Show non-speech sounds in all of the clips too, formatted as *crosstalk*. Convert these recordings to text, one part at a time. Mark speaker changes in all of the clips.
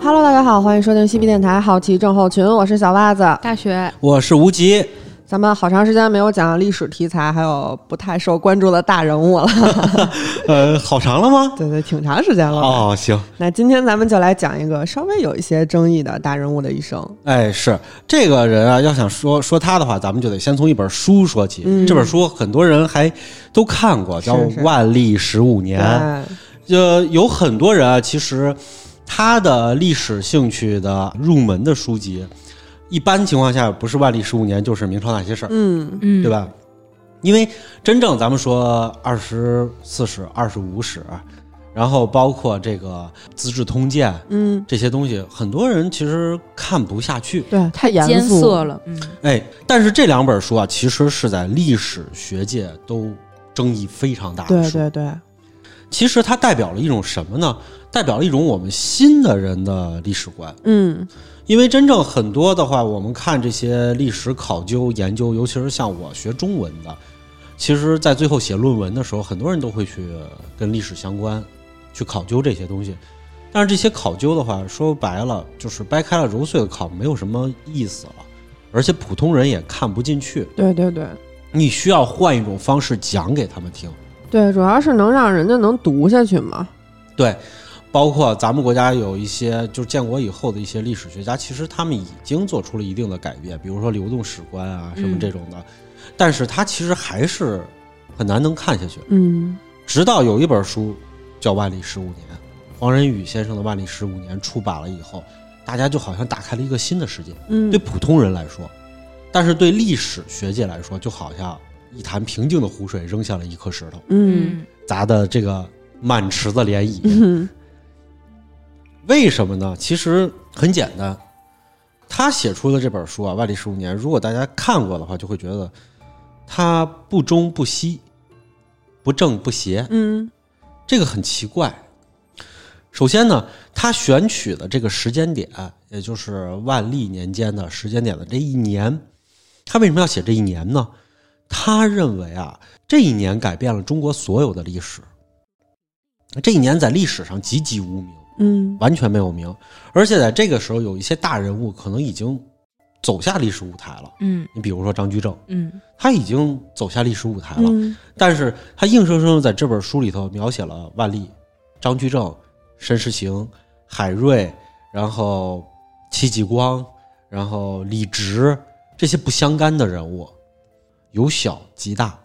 Speaker 1: Hello，大家好，欢迎收听西皮电台好奇症候群，我是小袜子。
Speaker 2: 大学
Speaker 3: 我是无极，
Speaker 1: 咱们好长时间没有讲历史题材，还有不太受关注的大人物了。
Speaker 3: 呃，好长了吗？
Speaker 1: 对对，挺长时间了。
Speaker 3: 哦，行，
Speaker 1: 那今天咱们就来讲一个稍微有一些争议的大人物的一生。
Speaker 3: 哎，是这个人啊，要想说说他的话，咱们就得先从一本书说起。这本书很多人还都看过，叫
Speaker 1: 嗯是
Speaker 3: 《万历十五年》。
Speaker 1: 对
Speaker 3: 呃，有很多人啊，其实他的历史兴趣的入门的书籍，一般情况下不是《万历十五年》，就是《明朝那些事儿》
Speaker 1: 嗯，
Speaker 2: 嗯
Speaker 3: 对？吧？因为真正咱们说二十四史、二十五史，然后包括这个《资治通鉴》，
Speaker 1: 嗯，
Speaker 3: 这些东西，很多人其实看不下去。
Speaker 1: 对，太严
Speaker 2: 艰
Speaker 1: 肃
Speaker 2: 涩了，嗯，
Speaker 3: 哎，但是这两本书啊，其实是在历史学界都争议非常大的
Speaker 1: 对
Speaker 3: 书。
Speaker 1: 对对，
Speaker 3: 其实它代表了一种什么呢？代表了一种我们新的人的历史观。
Speaker 1: 嗯，
Speaker 3: 因为真正很多的话，我们看这些历史考究研究，尤其是像我学中文的，其实，在最后写论文的时候，很多人都会去跟历史相关，去考究这些东西。但是这些考究的话，说白了就是掰开了揉碎了考，没有什么意思了，而且普通人也看不进去。
Speaker 1: 对对对
Speaker 3: 你需要换一种方式讲给他们听。
Speaker 1: 对，主要是能让人家能读下去嘛。
Speaker 3: 对，包括咱们国家有一些就是建国以后的一些历史学家，其实他们已经做出了一定的改变，比如说流动史观啊什么这种的，但是他其实还是很难能看下去。
Speaker 1: 嗯，
Speaker 3: 直到有一本书叫《万历十五年》，黄仁宇先生的《万历十五年》出版了以后，大家就好像打开了一个新的世界，
Speaker 1: 嗯
Speaker 3: 对普通人来说，但是对历史学界来说，就好像一潭平静的湖水扔向了一颗石头，
Speaker 1: 嗯
Speaker 3: 砸的这个满池子涟漪。
Speaker 1: 嗯
Speaker 3: 为什么呢？其实很简单，他写出的这本书啊，《万历十五年》，如果大家看过的话，就会觉得他不中不西，不正不邪，
Speaker 1: 嗯
Speaker 3: 这个很奇怪。首先呢，他选取的这个时间点，也就是万历年间的时间点的这一年，他为什么要写这一年呢？他认为啊，这一年改变了中国所有的历史，这一年在历史上籍籍无名。
Speaker 1: 嗯
Speaker 3: 完全没有名。而且在这个时候，有一些大人物可能已经走下历史舞台了。
Speaker 2: 嗯
Speaker 3: 你比如说张居正，
Speaker 2: 嗯
Speaker 3: 他已经走下历史舞台了，
Speaker 1: 嗯
Speaker 3: 但是他硬生生地在这本书里头描写了万历、张居正、申时行、海瑞，然后戚继光，然后李直这些不相干的人物，由小及大，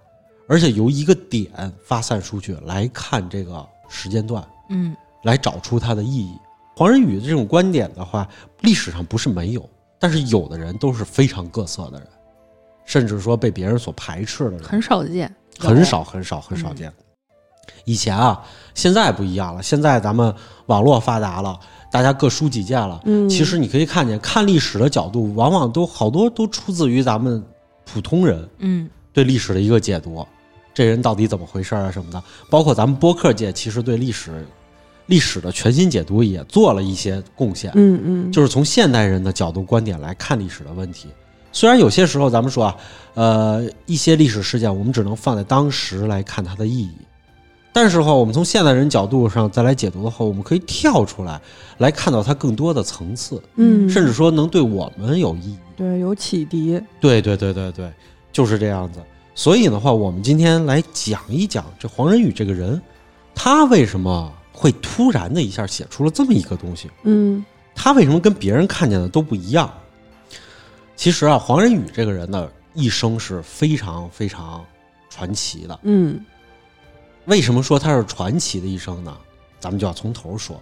Speaker 3: 而且由一个点发散出去来看这个时间段。
Speaker 2: 嗯
Speaker 3: 来找出它的意义。黄仁宇的这种观点的话，历史上不是没有，但是有的人都是非常各色的人，甚至说被别人所排斥的人，
Speaker 2: 很少见，
Speaker 3: 很少很少很少见。以前啊，现在不一样了，现在咱们网络发达了，大家各抒己见了。
Speaker 1: 嗯
Speaker 3: 其实你可以看见，看历史的角度，往往都好多都出自于咱们普通人。
Speaker 2: 嗯
Speaker 3: 对历史的一个解读，这人到底怎么回事儿啊什么的，包括咱们播客界其实对历史历史的全新解读也做了一些贡献，
Speaker 1: 嗯嗯，
Speaker 3: 就是从现代人的角度观点来看历史的问题。虽然有些时候咱们说啊，呃，一些历史事件我们只能放在当时来看它的意义，但是的话，我们从现代人角度上再来解读的话，我们可以跳出来来看到它更多的层次，
Speaker 1: 嗯，
Speaker 3: 甚至说能对我们有意义。
Speaker 1: 对有启迪，
Speaker 3: 对对对对对，就是这样子。所以的话，我们今天来讲一讲这黄仁宇这个人，他为什么会突然的一下写出了这么一个东西？
Speaker 1: 嗯
Speaker 3: 他为什么跟别人看见的都不一样？其实啊，黄仁宇这个人呢，一生是非常非常传奇的。
Speaker 1: 嗯
Speaker 3: 为什么说他是传奇的一生呢？咱们就要从头说。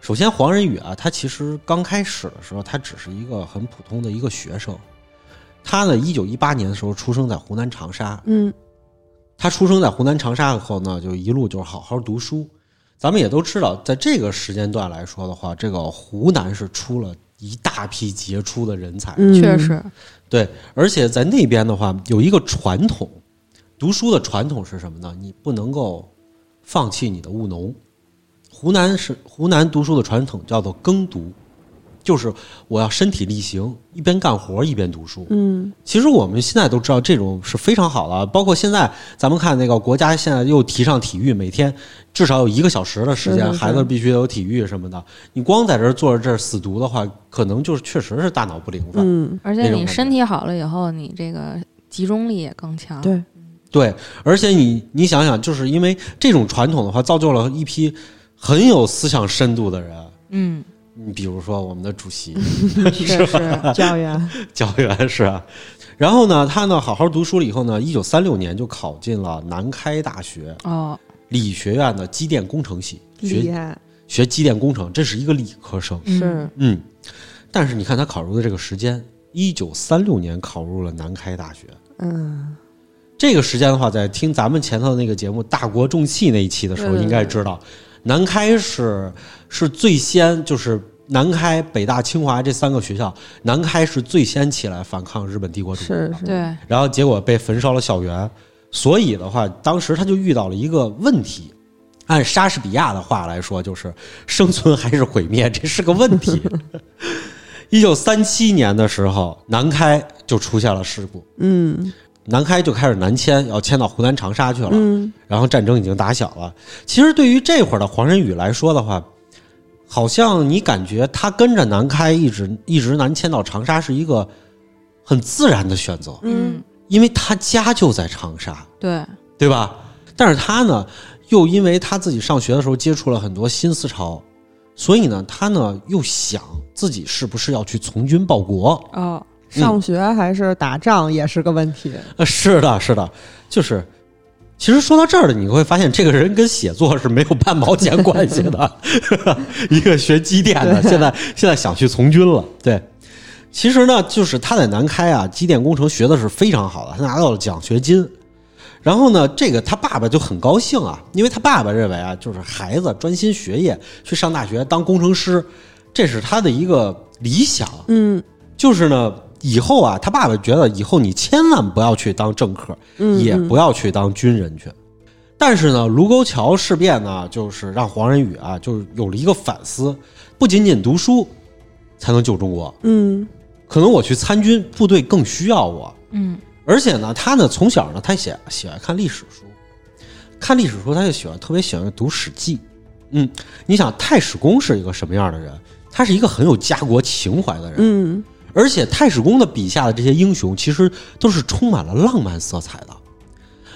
Speaker 3: 首先，黄仁宇啊，他其实刚开始的时候，他只是一个很普通的一个学生。他呢，一九一八年的时候出生在湖南长沙。
Speaker 1: 嗯
Speaker 3: 他出生在湖南长沙以后呢，就一路就是好好读书。咱们也都知道，在这个时间段来说的话，这个湖南是出了一大批杰出的人才。
Speaker 1: 嗯，
Speaker 2: 确实，
Speaker 3: 对，而且在那边的话，有一个传统，读书的传统是什么呢？你不能够放弃你的务农。湖南是湖南读书的传统，叫做耕读。就是我要身体力行，一边干活一边读书。
Speaker 1: 嗯
Speaker 3: 其实我们现在都知道这种是非常好了，包括现在咱们看那个国家现在又提倡体育，每天至少有一个小时的时
Speaker 1: 对
Speaker 3: 间，
Speaker 1: 对对
Speaker 3: 孩子必须有体育什么的。你光在这儿坐着这儿死读的话，可能就是确实是大脑不灵了。
Speaker 1: 嗯，
Speaker 2: 而且
Speaker 3: 那种
Speaker 2: 你
Speaker 3: 感
Speaker 2: 身
Speaker 3: 觉
Speaker 2: 体好了以后，你这个集中力也更强。
Speaker 1: 对，
Speaker 3: 对，而且你你想想，就是因为这种传统的话，造就了一批很有思想深度的人。
Speaker 2: 嗯，
Speaker 3: 你比如说我们的主席
Speaker 2: 确实，
Speaker 1: 教 *laughs* 员，
Speaker 3: 教员是啊，然后呢，他呢好好读书了以后呢，一九三六年就考进了南开大学
Speaker 2: 哦，
Speaker 3: 理学院的机电工程系，
Speaker 1: 厉
Speaker 3: 学
Speaker 1: 害，
Speaker 3: 学机电工程，这是一个理科生。
Speaker 2: 嗯
Speaker 1: 是
Speaker 3: 嗯，但是你看他考入的这个时间，一九三六年考入了南开大学。
Speaker 1: 嗯，
Speaker 3: 这个时间的话，在听咱们前头那个节目《大国重器》那一期的时候，
Speaker 1: 对对
Speaker 3: 应该知道，南开是是最先就是南开、北大、清华这三个学校，南开是最先起来反抗日本帝国主义的，
Speaker 1: 是是，
Speaker 2: 对，
Speaker 3: 然后结果被焚烧了校园，所以的话，当时他就遇到了一个问题。按莎士比亚的话来说，就是生存还是毁灭， *laughs* 这是个问题。一九三七年的时候，南开就出现了事故，
Speaker 1: 嗯
Speaker 3: 南开就开始南迁，要迁到湖南长沙去了。
Speaker 1: 嗯，
Speaker 3: 然后战争已经打响了。其实对于这会儿的黄仁宇来说的话，好像你感觉他跟着南开一直一直南迁到长沙是一个很自然的选择，
Speaker 2: 嗯，
Speaker 3: 因为他家就在长沙，
Speaker 2: 对，
Speaker 3: 对吧？但是他呢，又因为他自己上学的时候接触了很多新思潮，所以呢，他呢又想自己是不是要去从军报国。
Speaker 2: 哦，
Speaker 1: 上学还是打仗也是个问题，
Speaker 3: 呃，是的，是的，就是，其实说到这儿了，你会发现这个人跟写作是没有半毛钱关系的，一个学机电的，现在现在想去从军了，对。其实呢，就是他在南开啊，机电工程学的是非常好的，他拿到了奖学金。然后呢，这个他爸爸就很高兴啊，因为他爸爸认为啊，就是孩子专心学业，去上大学当工程师，这是他的一个理想。
Speaker 1: 嗯
Speaker 3: 就是呢，以后啊，他爸爸觉得以后你千万不要去当政客，
Speaker 1: 嗯，
Speaker 3: 也不要去当军人去。但是呢，卢沟桥事变呢，就是让黄仁宇啊，就是有了一个反思，不仅仅读书才能救中国，
Speaker 1: 嗯
Speaker 3: 可能我去参军，部队更需要我。
Speaker 2: 嗯，
Speaker 3: 而且呢，他呢从小呢，他喜喜欢看历史书，看历史书他就喜欢特别喜欢读《史记》。嗯，你想太史公是一个什么样的人？他是一个很有家国情怀的人。
Speaker 1: 嗯
Speaker 3: 而且太史公的笔下的这些英雄，其实都是充满了浪漫色彩的。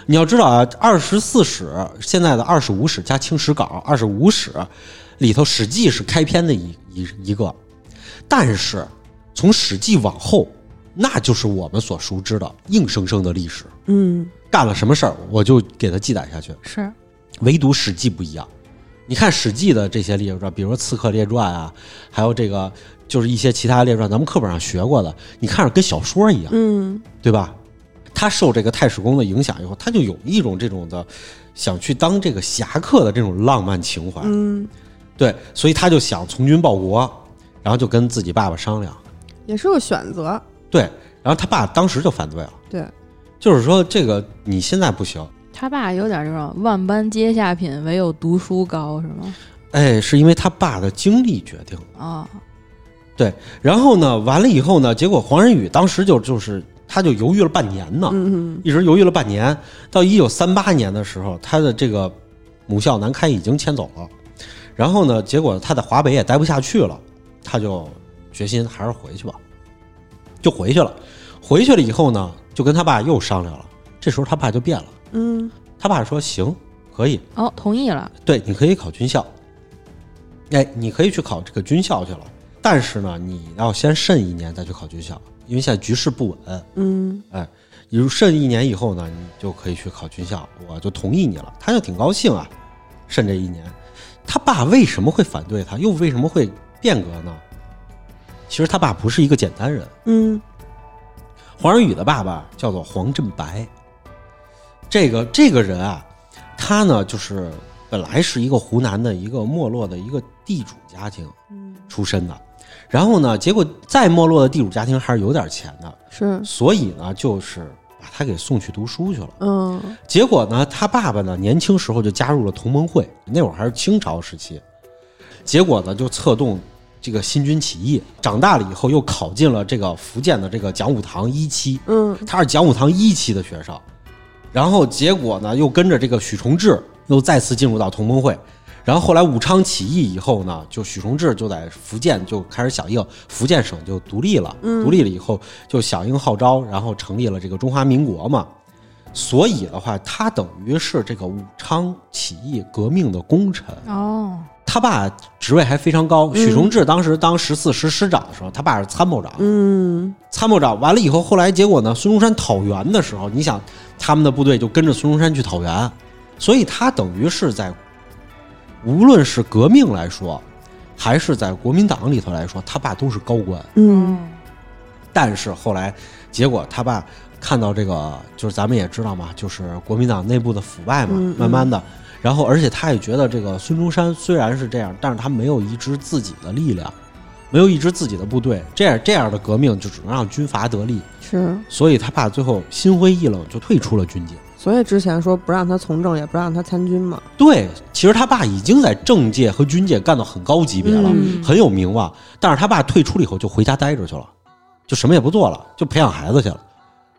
Speaker 3: 你要知道啊，二十四史现在的二十五史加清史稿，二十五史里头《史记》是开篇的一一一个，但是从《史记》往后，那就是我们所熟知的硬生生的历史。
Speaker 1: 嗯
Speaker 3: 干了什么事儿，我就给他记载下去。
Speaker 2: 是，
Speaker 3: 唯独《史记》不一样。你看《史记》的这些列传，比如说《刺客列传》啊，还有这个就是一些其他列传，咱们课本上学过的，你看着跟小说一样，
Speaker 1: 嗯
Speaker 3: 对吧？他受这个太史公的影响以后，他就有一种这种的想去当这个侠客的这种浪漫情怀，
Speaker 1: 嗯，
Speaker 3: 对，所以他就想从军报国，然后就跟自己爸爸商量，
Speaker 1: 也是个选择，
Speaker 3: 对，然后他爸当时就反对了，
Speaker 1: 对，
Speaker 3: 就是说这个你现在不行，
Speaker 2: 他爸有点这种万般皆下品，唯有读书高，是吗？
Speaker 3: 哎，是因为他爸的经历决定的。
Speaker 2: 哦，
Speaker 3: 然后呢，完了以后呢，结果黄仁宇当时就就是他就犹豫了半年呢，
Speaker 1: 嗯
Speaker 3: 一直犹豫了半年，到一九三八年的时候，他的这个母校南开已经迁走了，然后呢，结果他在华北也待不下去了，他就决心还是回去吧，就回去了。回去了以后呢，就跟他爸又商量了，这时候他爸就变了，
Speaker 1: 嗯
Speaker 3: 他爸说行，可以，
Speaker 2: 哦，同意了，
Speaker 3: 对，你可以考军校，哎，你可以去考这个军校去了。但是呢，你要先慎一年再去考军校，因为现在局势不稳。
Speaker 1: 嗯
Speaker 3: 你如慎一年以后呢，你就可以去考军校，我就同意你了。他就挺高兴啊，慎这一年。他爸为什么会反对他，又为什么会变革呢？其实他爸不是一个简单人，
Speaker 1: 嗯
Speaker 3: 黄仁宇的爸爸叫做黄振白，这个这个人啊，他呢就是本来是一个湖南的一个没落的一个地主家庭
Speaker 1: 嗯，
Speaker 3: 出身的，然后呢，结果再没落的地主家庭还是有点钱的，
Speaker 1: 是，
Speaker 3: 所以呢，就是把他给送去读书去了。
Speaker 1: 嗯
Speaker 3: 结果呢，他爸爸呢年轻时候就加入了同盟会，那会儿还是清朝时期，结果呢就策动这个新军起义，长大了以后又考进了这个福建的这个讲武堂一期，
Speaker 1: 嗯，
Speaker 3: 他是讲武堂一期的学生，然后结果呢又跟着这个许崇智又再次进入到同盟会，然后后来武昌起义以后呢，就许崇智就在福建就开始响应，福建省就独立了，独立了以后就响应号召，然后成立了这个中华民国嘛。所以的话，他等于是这个武昌起义革命的功臣。
Speaker 2: 哦，
Speaker 3: 他爸职位还非常高，许崇智当时当十四师师长的时候，他爸是参谋长。嗯，参谋长完了以后，后来结果呢？孙中山讨袁的时候，你想他们的部队就跟着孙中山去讨袁，所以他等于是在无论是革命来说，还是在国民党里头来说，他爸都是高官。
Speaker 1: 嗯，
Speaker 2: 哦
Speaker 3: 但是后来结果他爸看到这个，就是咱们也知道嘛，就是国民党内部的腐败嘛，
Speaker 1: 嗯嗯
Speaker 3: 慢慢的，然后而且他也觉得这个孙中山虽然是这样，但是他没有一支自己的力量，没有一支自己的部队，这样这样的革命就只能让军阀得利，
Speaker 1: 是，
Speaker 3: 所以他爸最后心灰意冷，就退出了军界。
Speaker 1: 所以之前说不让他从政，也不让他参军嘛。
Speaker 3: 对，其实他爸已经在政界和军界干到很高级别了，
Speaker 1: 嗯
Speaker 3: 很有名望。但是他爸退出了以后，就回家待着去了，就什么也不做了，就培养孩子去了。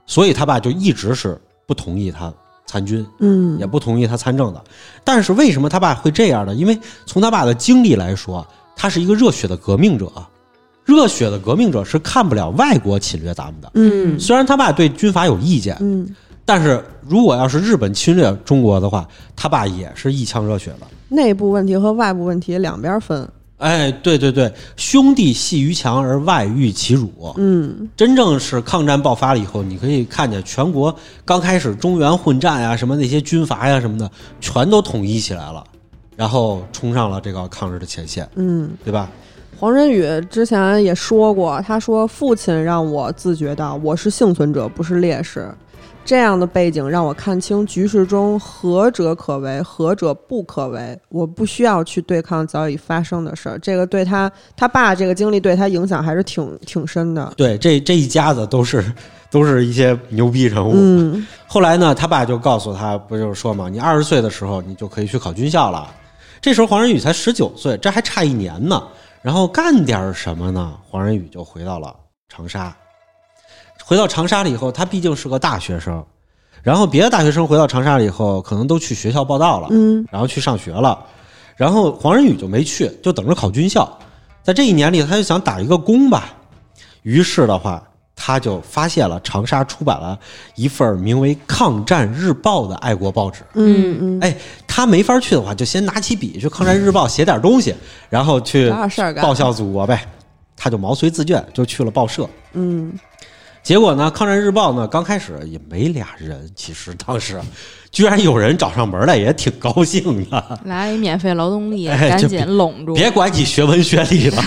Speaker 3: 所以他爸就一直是不同意他参军，
Speaker 1: 嗯
Speaker 3: 也不同意他参政的。但是为什么他爸会这样呢？因为从他爸的经历来说，他是一个热血的革命者，热血的革命者是看不了外国侵略咱们的。
Speaker 1: 嗯
Speaker 3: 虽然他爸对军阀有意见，
Speaker 1: 嗯，
Speaker 3: 但是如果要是日本侵略中国的话，他爸也是一腔热血的。
Speaker 1: 内部问题和外部问题两边分。
Speaker 3: 哎，对对对，兄弟系于强而外御其辱。
Speaker 1: 嗯
Speaker 3: 真正是抗战爆发了以后，你可以看见全国刚开始中原混战呀、什么那些军阀呀、什么的，全都统一起来了，然后冲上了这个抗日的前线，
Speaker 1: 嗯，
Speaker 3: 对吧？
Speaker 1: 黄仁宇之前也说过，他说父亲让我自觉到我是幸存者，不是烈士。这样的背景让我看清局势中何者可为，何者不可为。我不需要去对抗早已发生的事儿。这个对他他爸这个经历对他影响还是挺挺深的。
Speaker 3: 对，这这一家子都是 *laughs* 都是一些牛逼人物。
Speaker 1: 嗯
Speaker 3: 后来呢，他爸就告诉他，不就是说嘛，你二十岁的时候你就可以去考军校了。这时候黄仁宇才十九岁，这还差一年呢。然后干点儿什么呢？黄仁宇就回到了长沙。回到长沙了以后，他毕竟是个大学生，然后别的大学生回到长沙了以后，可能都去学校报道了，
Speaker 1: 嗯
Speaker 3: 然后去上学了。然后黄仁宇就没去，就等着考军校。在这一年里，他就想打一个工吧。于是的话，他就发现了长沙出版了一份名为《抗战日报》的爱国报纸。
Speaker 1: 嗯嗯，
Speaker 3: 哎，他没法去的话，就先拿起笔去《抗战日报》写点东西，然后去
Speaker 1: 找点事儿干
Speaker 3: 报。效祖国呗。他就毛遂自荐，就去了报社。
Speaker 1: 嗯
Speaker 3: 结果呢，《抗战日报》呢，刚开始也没俩人，其实当时居然有人找上门来，也挺高兴的。
Speaker 2: 来一免费劳动力，
Speaker 3: 啊哎
Speaker 2: 赶
Speaker 3: 就
Speaker 2: 紧拢住。
Speaker 3: 别管你学文学理了，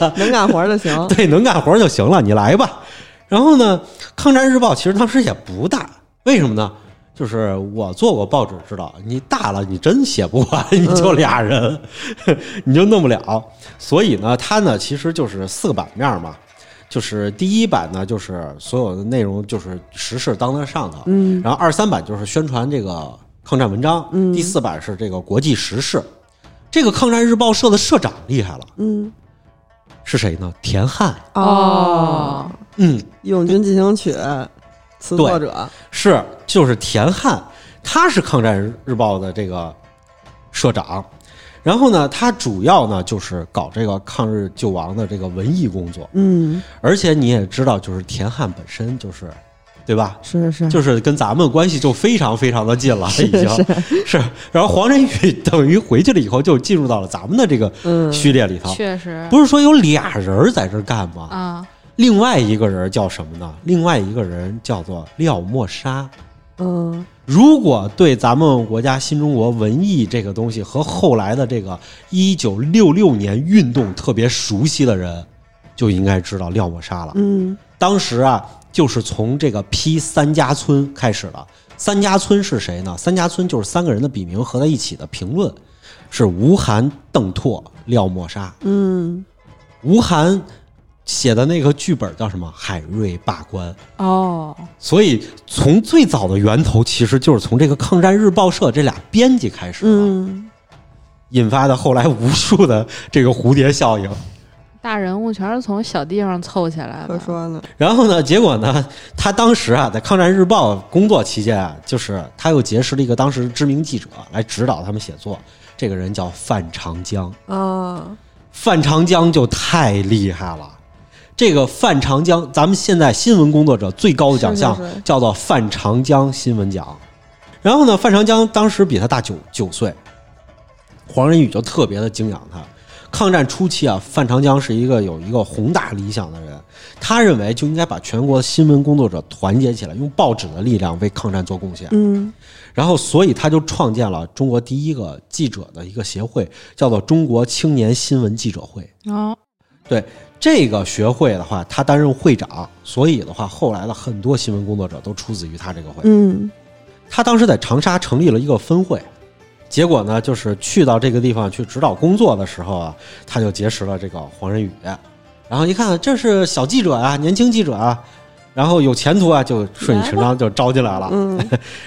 Speaker 1: 嗯能干活儿就行。 *laughs*
Speaker 3: 对，能干活就行了，你来吧。然后呢，《抗战日报》其实当时也不大，为什么呢？就是我做过报纸，知道你大了，你真写不完，你就俩人， *laughs* 你就弄不了。所以呢，它呢其实就是四个版面嘛，就是第一版呢就是所有的内容就是时事当在上头，
Speaker 1: 嗯
Speaker 3: 然后二三版就是宣传这个抗战文章，第四版是这个国际时事。这个抗战日报社的社长厉害了，
Speaker 1: 嗯
Speaker 3: 是谁呢？田汉。
Speaker 1: 哦，
Speaker 3: 嗯，
Speaker 1: 《义勇军进行曲》词作者。
Speaker 3: 是，就是田汉，他是抗战日报的这个社长。然后呢，他主要呢就是搞这个抗日救亡的这个文艺工作，
Speaker 1: 嗯，
Speaker 3: 而且你也知道，就是田汉本身就是，对吧？
Speaker 1: 是是 *laughs* 是，
Speaker 3: 就是跟咱们关系就非常非常的近了，已经是然后黄仁宇等于回去了以后，就进入到了咱们的这个
Speaker 1: *laughs* 嗯
Speaker 3: 序列里头。
Speaker 2: 确实
Speaker 3: 不是嗯说有俩人儿在这儿干吗？
Speaker 2: 啊，
Speaker 3: 另外一个人叫什么呢？另外一个人叫做廖沫沙。
Speaker 1: 嗯
Speaker 3: 如果对咱们国家新中国文艺这个东西和后来的这个一九六六年运动特别熟悉的人，就应该知道廖沫沙了。
Speaker 1: 嗯
Speaker 3: 当时啊，就是从这个批三家村开始的。三家村是谁呢？三家村就是三个人的笔名合在一起的评论，是吴晗、邓拓、廖沫沙。
Speaker 1: 嗯，
Speaker 3: 吴晗写的那个剧本叫什么？海瑞罢官。
Speaker 2: 哦，
Speaker 3: 所以，从最早的源头，其实就是从这个《抗战日报社》这俩编辑开始的。
Speaker 1: 嗯
Speaker 3: 引发的后来无数的这个蝴蝶效应。
Speaker 2: 大人物全是从小地方凑起来的。
Speaker 1: 可说呢，
Speaker 3: 然后呢，结果呢，他当时啊，在《抗战日报》工作期间啊，就是他又结识了一个当时知名记者来指导他们写作。这个人叫范长江，
Speaker 1: 啊，
Speaker 3: 范长江就太厉害了。这个范长江，咱们现在新闻工作者最高的奖项
Speaker 1: 是是是
Speaker 3: 叫做范长江新闻奖。然后呢，范长江当时比他大九九岁，黄仁宇就特别的敬仰他。抗战初期啊，范长江是一个有一个宏大理想的人，他认为就应该把全国新闻工作者团结起来，用报纸的力量为抗战做贡献。
Speaker 1: 嗯，
Speaker 3: 然后，所以他就创建了中国第一个记者的一个协会，叫做中国青年新闻记者会。
Speaker 2: 哦，
Speaker 3: 这个学会的话，他担任会长，所以的话，后来的很多新闻工作者都出自于他这个会。
Speaker 1: 嗯，
Speaker 3: 他当时在长沙成立了一个分会，结果呢，就是去到这个地方去指导工作的时候啊，他就结识了这个黄仁宇，然后一看这是小记者啊，年轻记者啊，然后有前途啊，就顺理成章就招进来了。
Speaker 1: 嗯，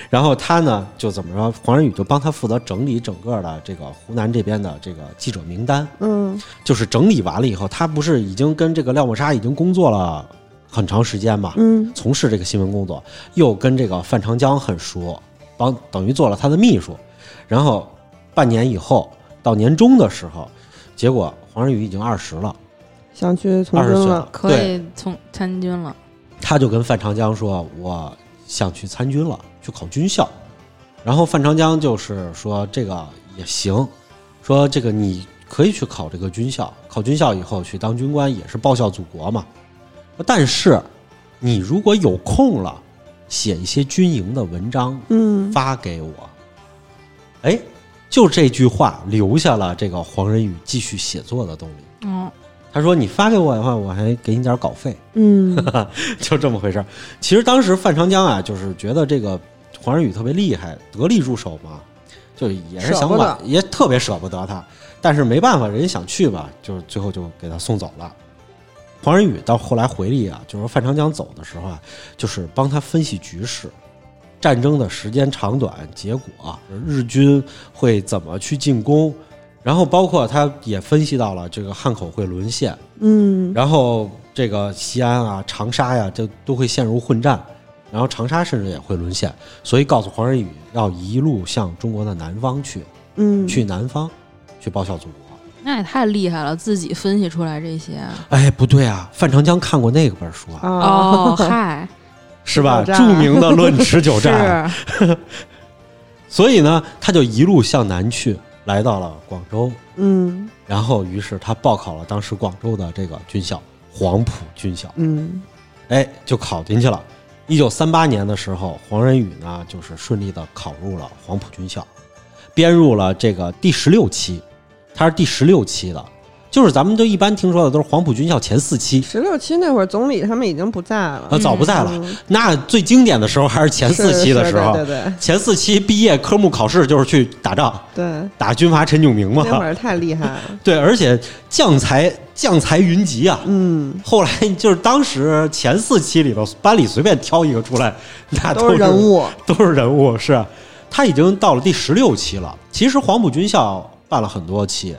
Speaker 3: 然后他呢就怎么着，黄仁宇就帮他负责整理整个的这个湖南这边的这个记者名单，
Speaker 1: 嗯，
Speaker 3: 就是整理完了以后，他不是已经跟这个廖沫沙已经工作了很长时间嘛，
Speaker 1: 嗯，
Speaker 3: 从事这个新闻工作，又跟这个范长江很熟，帮等于做了他的秘书。然后半年以后到年终的时候，结果黄仁宇已经二十了，
Speaker 1: 想去从
Speaker 3: 二十
Speaker 1: 军
Speaker 3: 岁
Speaker 1: 了，
Speaker 2: 可
Speaker 3: 对，
Speaker 2: 以从参军了。
Speaker 3: 他就跟范长江说：“我想去参军了，去考军校。”然后范长江就是说：“这个也行，说这个你可以去考这个军校，考军校以后去当军官也是报效祖国嘛。但是你如果有空了，写一些军营的文章
Speaker 1: 嗯，
Speaker 3: 发给我。”哎，就这句话留下了这个黄仁宇继续写作的动
Speaker 1: 哦
Speaker 3: 力。
Speaker 2: 嗯，
Speaker 3: 他说：“你发给我的话，我还给你点稿费。”
Speaker 1: 嗯，
Speaker 3: *laughs* 就这么回事儿。其实当时范长江啊，就是觉得这个黄仁宇特别厉害，得力助手嘛，就也是想
Speaker 1: 舍不
Speaker 3: 挽
Speaker 1: 得，
Speaker 3: 也特别舍不得他，但是没办法，人家想去吧，就是最后就给他送走了。黄仁宇到后来回忆啊，就是范长江走的时候啊，就是帮他分析局势。战争的时间长短、结果、啊日军会怎么去进攻，然后包括他也分析到了这个汉口会沦陷，
Speaker 1: 嗯，
Speaker 3: 然后这个西安啊、长沙呀、这都会陷入混战，然后长沙甚至也会沦陷，所以告诉黄仁宇要一路向中国的南方去，
Speaker 1: 嗯，
Speaker 3: *laughs* 去南方，去报效祖国。
Speaker 2: 那也太厉害了，自己分析出来这些。
Speaker 3: 哎，不对啊，范长江看过那个本书啊，
Speaker 1: 啊， *laughs*
Speaker 3: *laughs*
Speaker 2: 哦，嗨，
Speaker 3: 是吧？
Speaker 1: 久战
Speaker 3: 著
Speaker 1: 啊
Speaker 3: 名的《论持久战》
Speaker 2: *laughs* 是，
Speaker 3: 所以呢，他就一路向南去，来到了广州，
Speaker 1: 嗯，
Speaker 3: 然后于是他报考了当时广州的这个军校黄埔军校。
Speaker 1: 嗯，
Speaker 3: 哎，就考进去了。一九三八年的时候，黄仁宇呢就是顺利的考入了黄埔军校，编入了这个第十六期，他是第十六期的，就是咱们就一般听说的都是黄埔军校前四期，
Speaker 1: 十六七那会儿总理他们已经不在了，
Speaker 3: 呃，早不在了。
Speaker 1: 嗯
Speaker 3: 那最经典的时候还是前四期的时候，
Speaker 1: 是是对对
Speaker 3: 前四期毕业科目考试就是去打仗，
Speaker 1: 对对，
Speaker 3: 打军阀陈炯明嘛
Speaker 1: 那，会儿太厉害了，
Speaker 3: 对，而且将才将才云集啊，
Speaker 1: 嗯，
Speaker 3: 后来就是当时前四期里头，班里随便挑一个出来，那
Speaker 1: 都
Speaker 3: 是
Speaker 1: 是人物，
Speaker 3: 都是人物，是他已经到了第十六期了。其实黄埔军校办了很多期，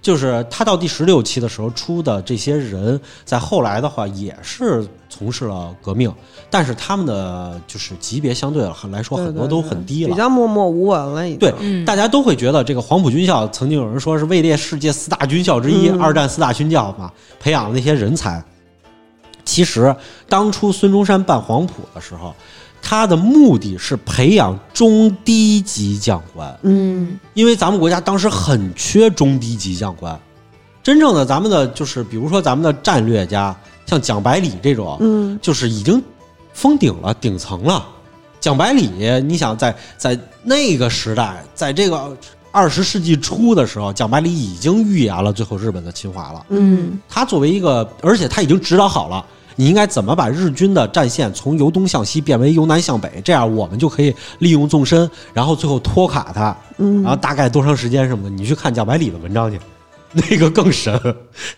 Speaker 3: 就是他到第十六期的时候出的这些人，在后来的话也是从事了革命，但是他们的就是级别相对来说
Speaker 1: 对
Speaker 3: 很多
Speaker 1: 对
Speaker 3: 都
Speaker 1: 对
Speaker 3: 很低了
Speaker 1: 比。较默默无闻了，已经，
Speaker 3: 对
Speaker 2: 嗯，
Speaker 3: 大家都会觉得这个黄埔军校曾经有人说是位列世界四大军校之一，
Speaker 1: 嗯
Speaker 3: 二战四大军校嘛，培养的那些人才。其实当初孙中山办黄埔的时候，他的目的是培养中低级将官，
Speaker 1: 嗯，
Speaker 3: 因为咱们国家当时很缺中低级将官。真正的咱们的就是，比如说咱们的战略家，像蒋百里这种，
Speaker 1: 嗯，
Speaker 3: 就是已经封顶了，顶层了。蒋百里，你想在在那个时代，在这个二十世纪初的时候，蒋百里已经预言了最后日本的侵华了。
Speaker 1: 嗯，
Speaker 3: 他作为一个，而且他已经指导好了。你应该怎么把日军的战线从由东向西变为由南向北？这样我们就可以利用纵深，然后最后拖垮他，啊
Speaker 1: 嗯，
Speaker 3: 然后大概多长时间什么的，你去看蒋百里的文章去。 *laughs* 那个更神。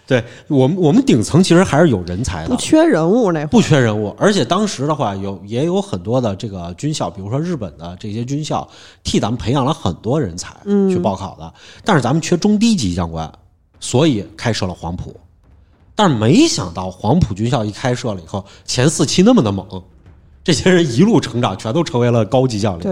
Speaker 3: 对我们，我们顶层其实还是有人才
Speaker 1: 不
Speaker 3: 的，
Speaker 1: 缺人物那会儿
Speaker 3: 不缺人物。而且当时的话，有也有很多的这个军校，比如说日本的这些军校，替咱们培养了很多人才去报考的。但是咱们缺中低级将官，所以开设了黄埔。但是没想到黄埔军校一开设了以后，前四期那么的猛，这些人一路成长，全都成为了高级将领。
Speaker 1: 对，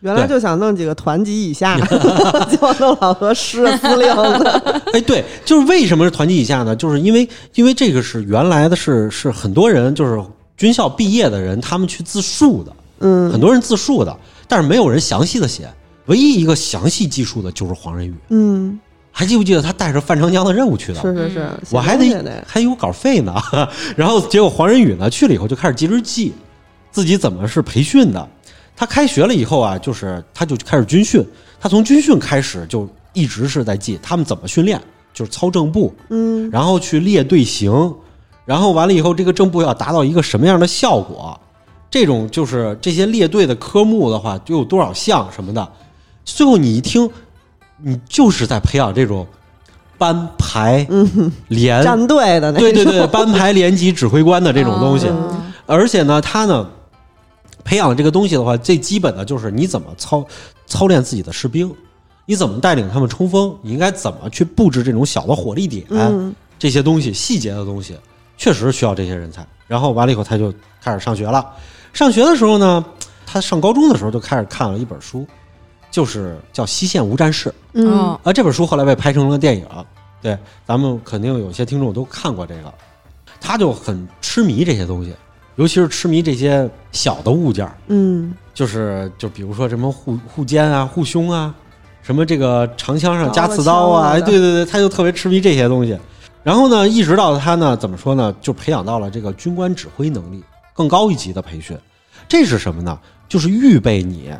Speaker 1: 原来
Speaker 3: 对
Speaker 1: 就想弄几个团级以下，
Speaker 3: *laughs*
Speaker 1: 结果弄老和师司令的。
Speaker 3: 哎，对，就是为什么是团级以下呢？就是因为因为这个是原来的是是很多人就是军校毕业的人，他们去自述的，
Speaker 1: 嗯
Speaker 3: 很多人自述的，但是没有人详细的写。唯一一个详细记述的就是黄仁宇，
Speaker 1: 嗯，
Speaker 3: 还记不记得他带着范长江的任务去的？
Speaker 1: 是是是，写
Speaker 3: 嗯我还
Speaker 1: 东西
Speaker 3: 得还有稿费呢。 *laughs* 然后结果黄仁宇呢去了以后就开始记日记，自己怎么是培训的。他开学了以后啊，就是他就开始军训，他从军训开始就一直是在记他们怎么训练，就是操正步，
Speaker 1: 嗯，
Speaker 3: 然后去列队形，然后完了以后这个正步要达到一个什么样的效果，这种就是这些列队的科目的话，就有多少项什么的。最后你一听，你就是在培养这种班排、
Speaker 1: 嗯
Speaker 3: 连
Speaker 1: 站队的那
Speaker 3: 哎对对
Speaker 1: 种
Speaker 3: 对，班排连级指挥官的这种东西。
Speaker 1: 哦
Speaker 2: 啊
Speaker 3: 而且呢，他呢培养这个东西的话，最基本的就是你怎么操操练自己的士兵，你怎么带领他们冲锋，你应该怎么去布置这种小的火力点，
Speaker 1: 嗯
Speaker 3: 这些东西细节的东西，确实需要这些人才。然后完了以后，他就开始上学了。上学的时候呢，他上高中的时候就开始看了一本书，就是叫《西线无战事》。
Speaker 1: 嗯，
Speaker 2: 哦
Speaker 3: 啊，这本书后来被拍成了电影，对，咱们肯定有些听众都看过这个，他就很痴迷这些东西，尤其是痴迷这些小的物件儿，
Speaker 1: 嗯，
Speaker 3: 就是就比如说什么护护肩啊、护胸啊，什么这个长枪上加
Speaker 1: 刀子
Speaker 3: 刺刀啊，
Speaker 1: 枪啊
Speaker 3: 哎，对对对，他就特别痴迷这些东西。然后呢，一直到他呢，怎么说呢，就培养到了这个军官指挥能力更高一级的培训。这是什么呢？就是预备你。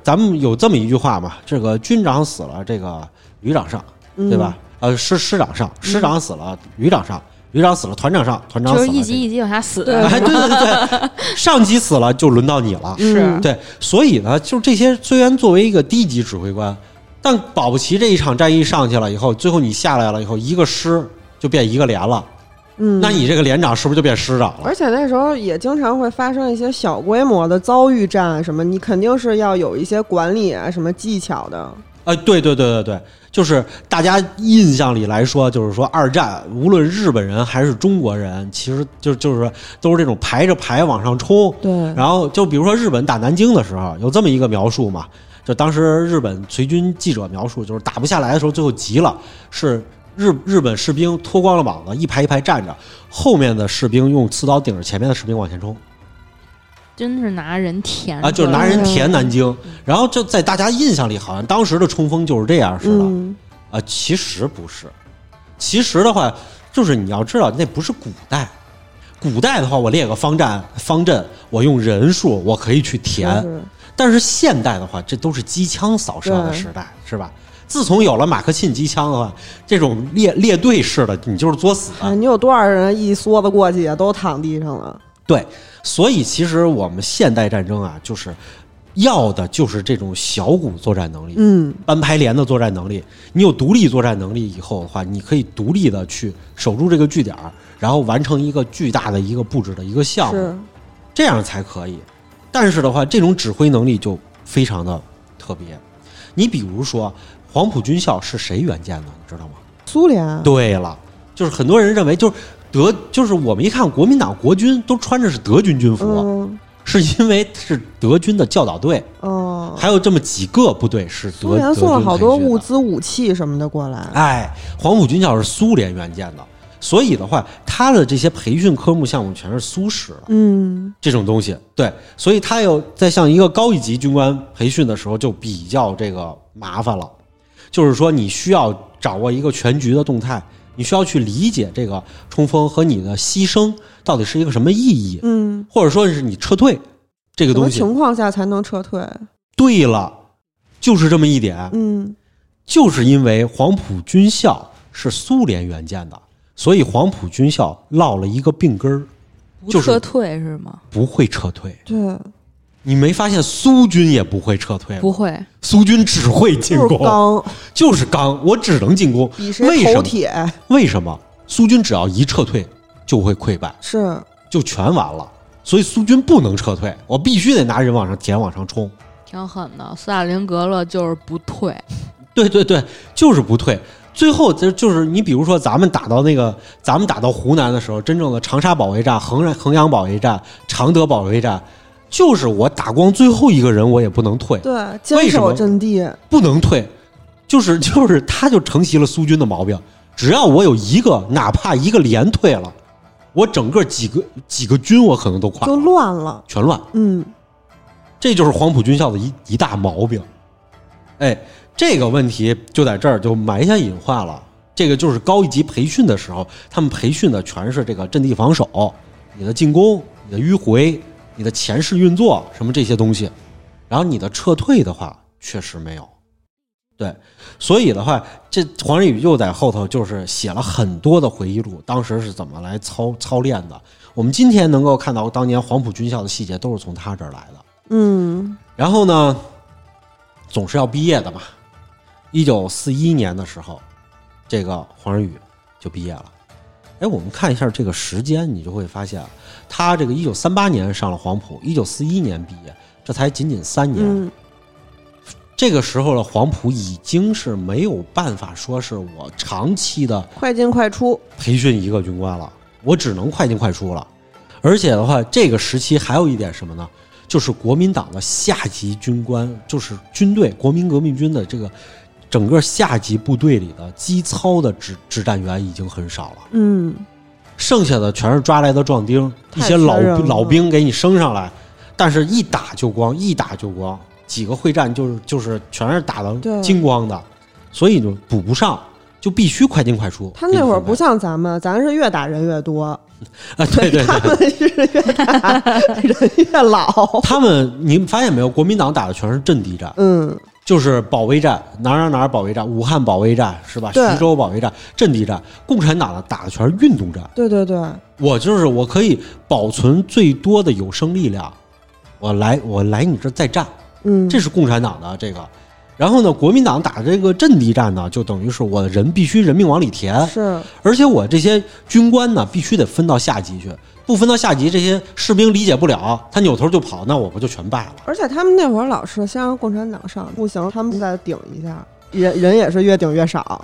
Speaker 3: 咱们有这么一句话嘛，这个军长死了，这个旅长上，
Speaker 1: 嗯
Speaker 3: 对吧？？呃，师师长上，师长死了，旅长上，旅长死了，团长上，团长
Speaker 2: 就
Speaker 3: 死了，
Speaker 2: 是一级
Speaker 3: 这
Speaker 2: 一级往下死，
Speaker 1: 对
Speaker 3: 个。哎，对对对对，上级死了就轮到你了。
Speaker 2: 是
Speaker 1: 嗯
Speaker 3: 对，所以呢，就这些虽然作为一个低级指挥官，但保不齐这一场战役上去了以后，最后你下来了以后，一个师就变一个连了，
Speaker 1: 嗯，
Speaker 3: 那你这个连长是不是就变师长了？
Speaker 1: 而且那时候也经常会发生一些小规模的遭遇战，什么你肯定是要有一些管理啊、什么技巧的。
Speaker 3: 哎，对对对对对，就是大家印象里来说，就是说二战无论日本人还是中国人，其实就就是说都是这种排着排往上冲，
Speaker 1: 对，嗯
Speaker 3: 然后就比如说日本打南京的时候，有这么一个描述嘛，就当时日本随军记者描述，就是打不下来的时候，最后急了，是日日本士兵脱光了膀子，一排一排站着，后面的士兵用刺刀顶着前面的士兵往前冲
Speaker 2: 真是拿人填
Speaker 3: 啊，就是拿人填南京。然后就在大家印象里，好像当时的冲锋就是这样似的
Speaker 1: 嗯，
Speaker 3: 啊，其实不是。其实的话，就是你要知道，那不是古代。古代的话，我列个方战方阵，我用人数，我可以去填。
Speaker 1: 就是
Speaker 3: 但是现代的话，这都是机枪扫射的时代，是吧？自从有了马克沁机枪的话，这种列列队式的，你就是作死
Speaker 1: 哎，你有多少人一梭子过去都躺地上了？
Speaker 3: 对，所以其实我们现代战争啊，就是要的就是这种小股作战能力，
Speaker 1: 嗯，
Speaker 3: 班排连的作战能力。你有独立作战能力以后的话，你可以独立的去守住这个据点儿，然后完成一个巨大的一个布置的一个项目。
Speaker 1: 嗯是，
Speaker 3: 这样才可以。但是的话，这种指挥能力就非常的特别。你比如说，黄埔军校是谁援建的，你知道吗？
Speaker 1: 苏联，啊
Speaker 3: 对了，就是很多人认为就是德，就是我们一看国民党国军都穿着是德军军服，
Speaker 1: 嗯，
Speaker 3: 是因为是德军的教导队，
Speaker 1: 哦，
Speaker 3: 还有这么几个部队是德
Speaker 1: 苏联送了好
Speaker 3: 德
Speaker 1: 多
Speaker 3: 军培训的
Speaker 1: 物资、武器什么的过来。
Speaker 3: 哎，黄埔军校是苏联援建的，所以的话，他的这些培训科目项目全是苏式的。
Speaker 1: 嗯，
Speaker 3: 这种东西，对，所以他有在向一个高一级军官培训的时候就比较这个麻烦了，就是说你需要掌握一个全局的动态，你需要去理解这个冲锋和你的牺牲到底是一个什么意义，
Speaker 1: 嗯，
Speaker 3: 或者说是你撤退这个
Speaker 1: 什么
Speaker 3: 东西。
Speaker 1: 情况下才能撤退？
Speaker 3: 对了，就是这么一点，
Speaker 1: 嗯，
Speaker 3: 就是因为黄埔军校是苏联援建的，所以黄埔军校落了一个病根儿，
Speaker 2: 不
Speaker 3: 就是
Speaker 2: 撤退是吗？
Speaker 3: 不会撤退。
Speaker 1: 对，
Speaker 3: 你没发现苏军也不会撤退吗？
Speaker 2: 不会，
Speaker 3: 苏军只会进
Speaker 1: 就是
Speaker 3: 攻，
Speaker 1: 刚
Speaker 3: 就是刚，我只能进攻。
Speaker 1: 比
Speaker 3: 为
Speaker 1: 谁
Speaker 3: 什
Speaker 1: 头
Speaker 3: 么
Speaker 1: 铁
Speaker 3: 为什么？苏军只要一撤退，就会溃败，
Speaker 1: 是
Speaker 3: 就全完了。所以苏军不能撤退，我必须得拿人往上填，往上冲。
Speaker 2: 挺狠的。斯大林格勒就是不退，
Speaker 3: 对对对，就是不退。最后就就是你比如说，咱们打到那个，咱们打到湖南的时候，真正的长沙保卫战、衡山衡阳保卫战、常德保卫战，就是我打光最后一个人，我也不能退，
Speaker 1: 对坚
Speaker 3: 为什
Speaker 1: 守
Speaker 3: 么
Speaker 1: 阵地，
Speaker 3: 不能退，就是 *laughs* 就是，他就承袭了苏军的毛病。只要我有一个，哪怕一个连退了，我整个几个几个军我可能都垮
Speaker 1: 就
Speaker 3: 了，
Speaker 1: 乱了。
Speaker 3: 全乱。
Speaker 1: 嗯，
Speaker 3: 这就是黄埔军校的一一大毛病。哎，这个问题就在这儿就埋下隐患了。这个就是高一级培训的时候，他们培训的全是这个阵地防守、你的进攻、你的迂回、你的前势运作什么这些东西，然后你的撤退的话确实没有。对，所以的话，这黄仁宇又在后头就是写了很多的回忆录，当时是怎么来操操练的。我们今天能够看到当年黄埔军校的细节，都是从他这儿来的。
Speaker 1: 嗯，
Speaker 3: 然后呢，总是要毕业的嘛。一九四一年的时候，这个黄仁宇就毕业了。哎，我们看一下这个时间，你就会发现，他这个一九三八年上了黄埔，一九四一年毕业，这才仅仅三年。
Speaker 1: 嗯，
Speaker 3: 这个时候的黄埔已经是没有办法说是我长期的
Speaker 1: 快进快出，
Speaker 3: 培训一个军官了，我只能快进快出了。而且的话，这个时期还有一点什么呢？就是国民党的下级军官，就是军队国民革命军的这个整个下级部队里的基操的指指战员已经很少了，
Speaker 1: 嗯，
Speaker 3: 剩下的全是抓来的壮丁，一
Speaker 1: 太
Speaker 3: 些老
Speaker 1: 残忍了
Speaker 3: 老兵给你升上来，但是一打就光，一打就光，几个会战就是就是全是打的
Speaker 1: 对
Speaker 3: 精光的，所以就补不上，就必须快进快出。
Speaker 1: 他那会儿
Speaker 3: 给你分配
Speaker 1: 不像咱们，咱是越打人越多，
Speaker 3: 啊，对对对
Speaker 1: 他，们是越打人越老。
Speaker 3: 他们，你们发现没有？国民党打的全是阵地战，
Speaker 1: 嗯，
Speaker 3: 就是保卫战，哪儿哪儿哪儿保卫战，武汉保卫战是吧？
Speaker 1: 对
Speaker 3: 徐州保卫战，阵地战。共产党的打的全是运动战，
Speaker 1: 对对对，
Speaker 3: 我就是我可以保存最多的有生力量，我来我来你这儿再战，
Speaker 1: 嗯，
Speaker 3: 这是共产党的这个。然后呢，国民党打这个阵地战呢，就等于是我人必须人命往里填，
Speaker 1: 是
Speaker 3: 而且我这些军官呢，必须得分到下级去，不分到下级，这些士兵理解不了，他扭头就跑，那我不就全败了？
Speaker 1: 而且他们那会儿老是先让共产党上，不行，他们再顶一下，人人也是越顶越少。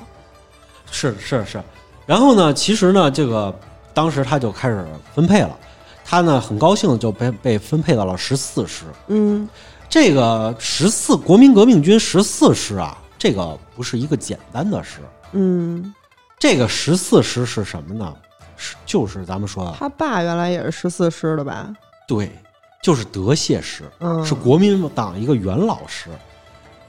Speaker 3: 是是是。然后呢，其实呢，这个当时他就开始分配了，他呢很高兴地就被被分配到了十四师。
Speaker 1: 嗯，
Speaker 3: 这个十四国民革命军十四师啊，这个不是一个简单的师，
Speaker 1: 嗯，
Speaker 3: 这个十四师是什么呢？是就是咱们说的
Speaker 1: 他爸原来也是十四师的吧？
Speaker 3: 对，就是德械师，
Speaker 1: 嗯，
Speaker 3: 是国民党一个元老师。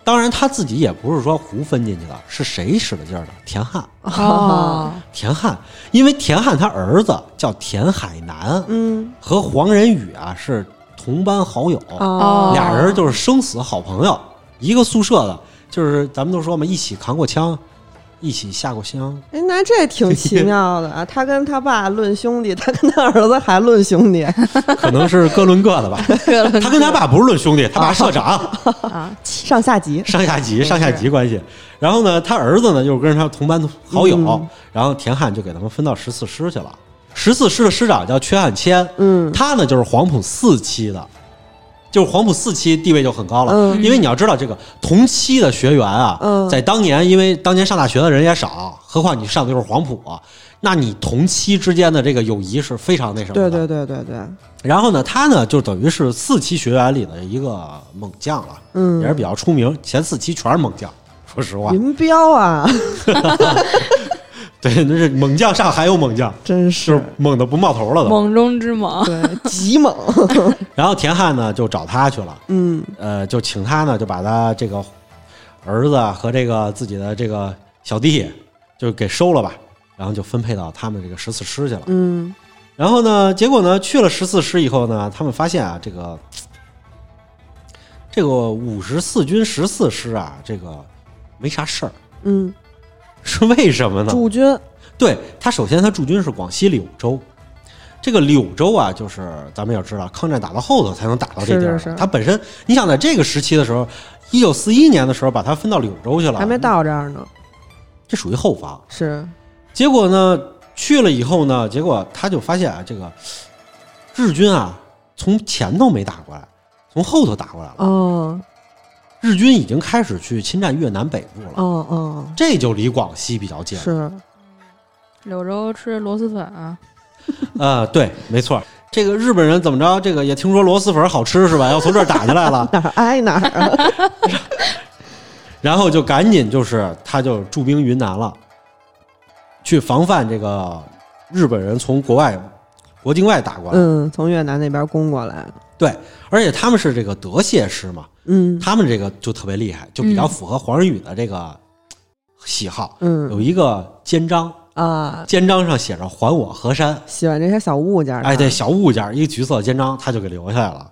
Speaker 3: 当然，他自己也不是说胡分进去的，是谁使的劲儿呢？田汉，
Speaker 1: 哦，
Speaker 3: 田汉，因为田汉他儿子叫田海南，
Speaker 1: 嗯，
Speaker 3: 和黄仁宇啊是同班好友，
Speaker 1: 哦，
Speaker 3: 俩人就是生死好朋友，一个宿舍的，就是咱们都说嘛，一起扛过枪，一起下过乡，
Speaker 1: 哎，那这挺奇妙的啊！他跟他爸论兄弟，他跟他儿子还论兄弟，
Speaker 3: 可能是各论各的吧。他跟他爸不是论兄弟，他爸社长，
Speaker 2: 啊，
Speaker 1: *laughs* 上下级。
Speaker 3: 上下级上下级关系。然后呢，他儿子呢又跟他同班好友，
Speaker 1: 嗯
Speaker 3: 然后田汉就给他们分到十四师去了。十四师的师长叫缺汉谦，
Speaker 1: 嗯
Speaker 3: 他呢就是黄埔四期的，就是黄埔四期地位就很高了，
Speaker 1: 嗯
Speaker 3: 因为你要知道这个同期的学员啊，
Speaker 1: 嗯
Speaker 3: 在当年因为当年上大学的人也少，何况你上的就是黄埔、啊那你同期之间的这个友谊是非常那什么的。
Speaker 1: 对对对对对，
Speaker 3: 然后呢，他呢就等于是四期学员里的一个猛将了，
Speaker 1: 嗯
Speaker 3: 也是比较出名，前四期全是猛将。 *laughs* 说实话，
Speaker 1: 林彪啊，
Speaker 3: *laughs* 对，那是猛将上还有猛将， *laughs*
Speaker 1: 真
Speaker 3: 就是
Speaker 1: 是
Speaker 3: 猛的不冒头了都。
Speaker 2: 猛中之猛，
Speaker 1: 对极
Speaker 3: *laughs*
Speaker 1: 猛。
Speaker 3: 然后田汉呢就找他去了，
Speaker 1: 嗯
Speaker 3: 呃，就请他呢，就把他这个儿子和这个自己的这个小弟，就给收了吧，然后就分配到他们这个十四师去了。
Speaker 1: 嗯
Speaker 3: 然后呢，结果呢，去了十四师以后呢，他们发现啊，这个这个五十四军十四师啊，这个没啥事儿， *laughs*
Speaker 1: 嗯，
Speaker 3: 是为什么呢？
Speaker 1: 驻军
Speaker 3: 对他，首先他驻军是广西柳州，这个柳州啊，就是咱们也知道，抗战打到后头才能打到这地儿。
Speaker 1: 是是是
Speaker 3: 它本身，你想在这个时期的时候，一九四一年的时候把它分到柳州去了，
Speaker 1: 还没，到这儿呢，
Speaker 3: 这属于后方。
Speaker 1: 是
Speaker 3: 结果呢，去了以后呢，结果他就发现啊，这个日军啊，从前头没打过来，从后头打过来了。
Speaker 1: 哦
Speaker 3: 日军已经开始去侵占越南北部了，
Speaker 1: 哦哦，
Speaker 3: 这就离广西比较近。
Speaker 1: 是
Speaker 2: 柳州吃螺蛳粉啊，
Speaker 3: 啊、对，没错。这个日本人怎么着？这个也听说螺蛳粉好吃是吧？要从这儿打进
Speaker 1: *laughs*
Speaker 3: 来了，
Speaker 1: 哪儿挨哪儿啊？
Speaker 3: 然后就赶紧就是他就驻兵云南了，去防范这个日本人从国外国境外打过来。
Speaker 1: *laughs* 嗯，从越南那边攻过来，
Speaker 3: 而且他们是这个德械师嘛，
Speaker 1: 嗯
Speaker 3: 他们这个就特别厉害，就比较符合黄仁宇的这个喜好。
Speaker 1: 嗯
Speaker 3: 有一个肩章，
Speaker 1: 啊，
Speaker 3: 肩章上写着“还我河山
Speaker 1: 喜欢这些小物件”，儿啊的，
Speaker 3: 哎，对，小物件儿，一个橘色肩章，他就给留下来了。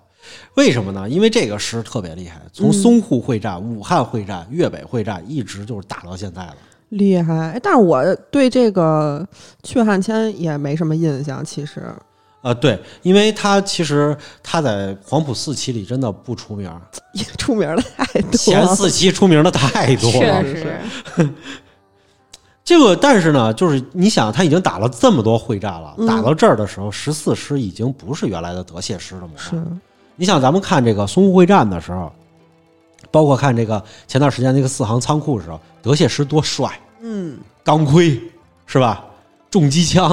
Speaker 3: 为什么呢？因为这个师特别厉害，从淞沪会战、武汉会战、粤北会战，一直就是打到现在了。
Speaker 1: 厉害。哎但是我对这个雀汉签也没什么印象，其实 *laughs*
Speaker 3: 啊，对，因为他其实他在黄埔四期里真的不出名儿，
Speaker 1: 也出名儿的太多了，
Speaker 3: 前四期出名的太多了。
Speaker 2: 确
Speaker 1: 是
Speaker 2: 实
Speaker 3: 这个但是呢，就是你想，他已经打了这么多会战了，
Speaker 1: 嗯
Speaker 3: 打到这儿的时候，十四师已经不是原来的德械师了嘛。
Speaker 1: 是
Speaker 3: 你想，咱们看这个淞沪会战的时候，包括看这个前段时间那个四行仓库的时候，德械师多帅，
Speaker 1: 嗯，
Speaker 3: 钢盔是吧？重机枪，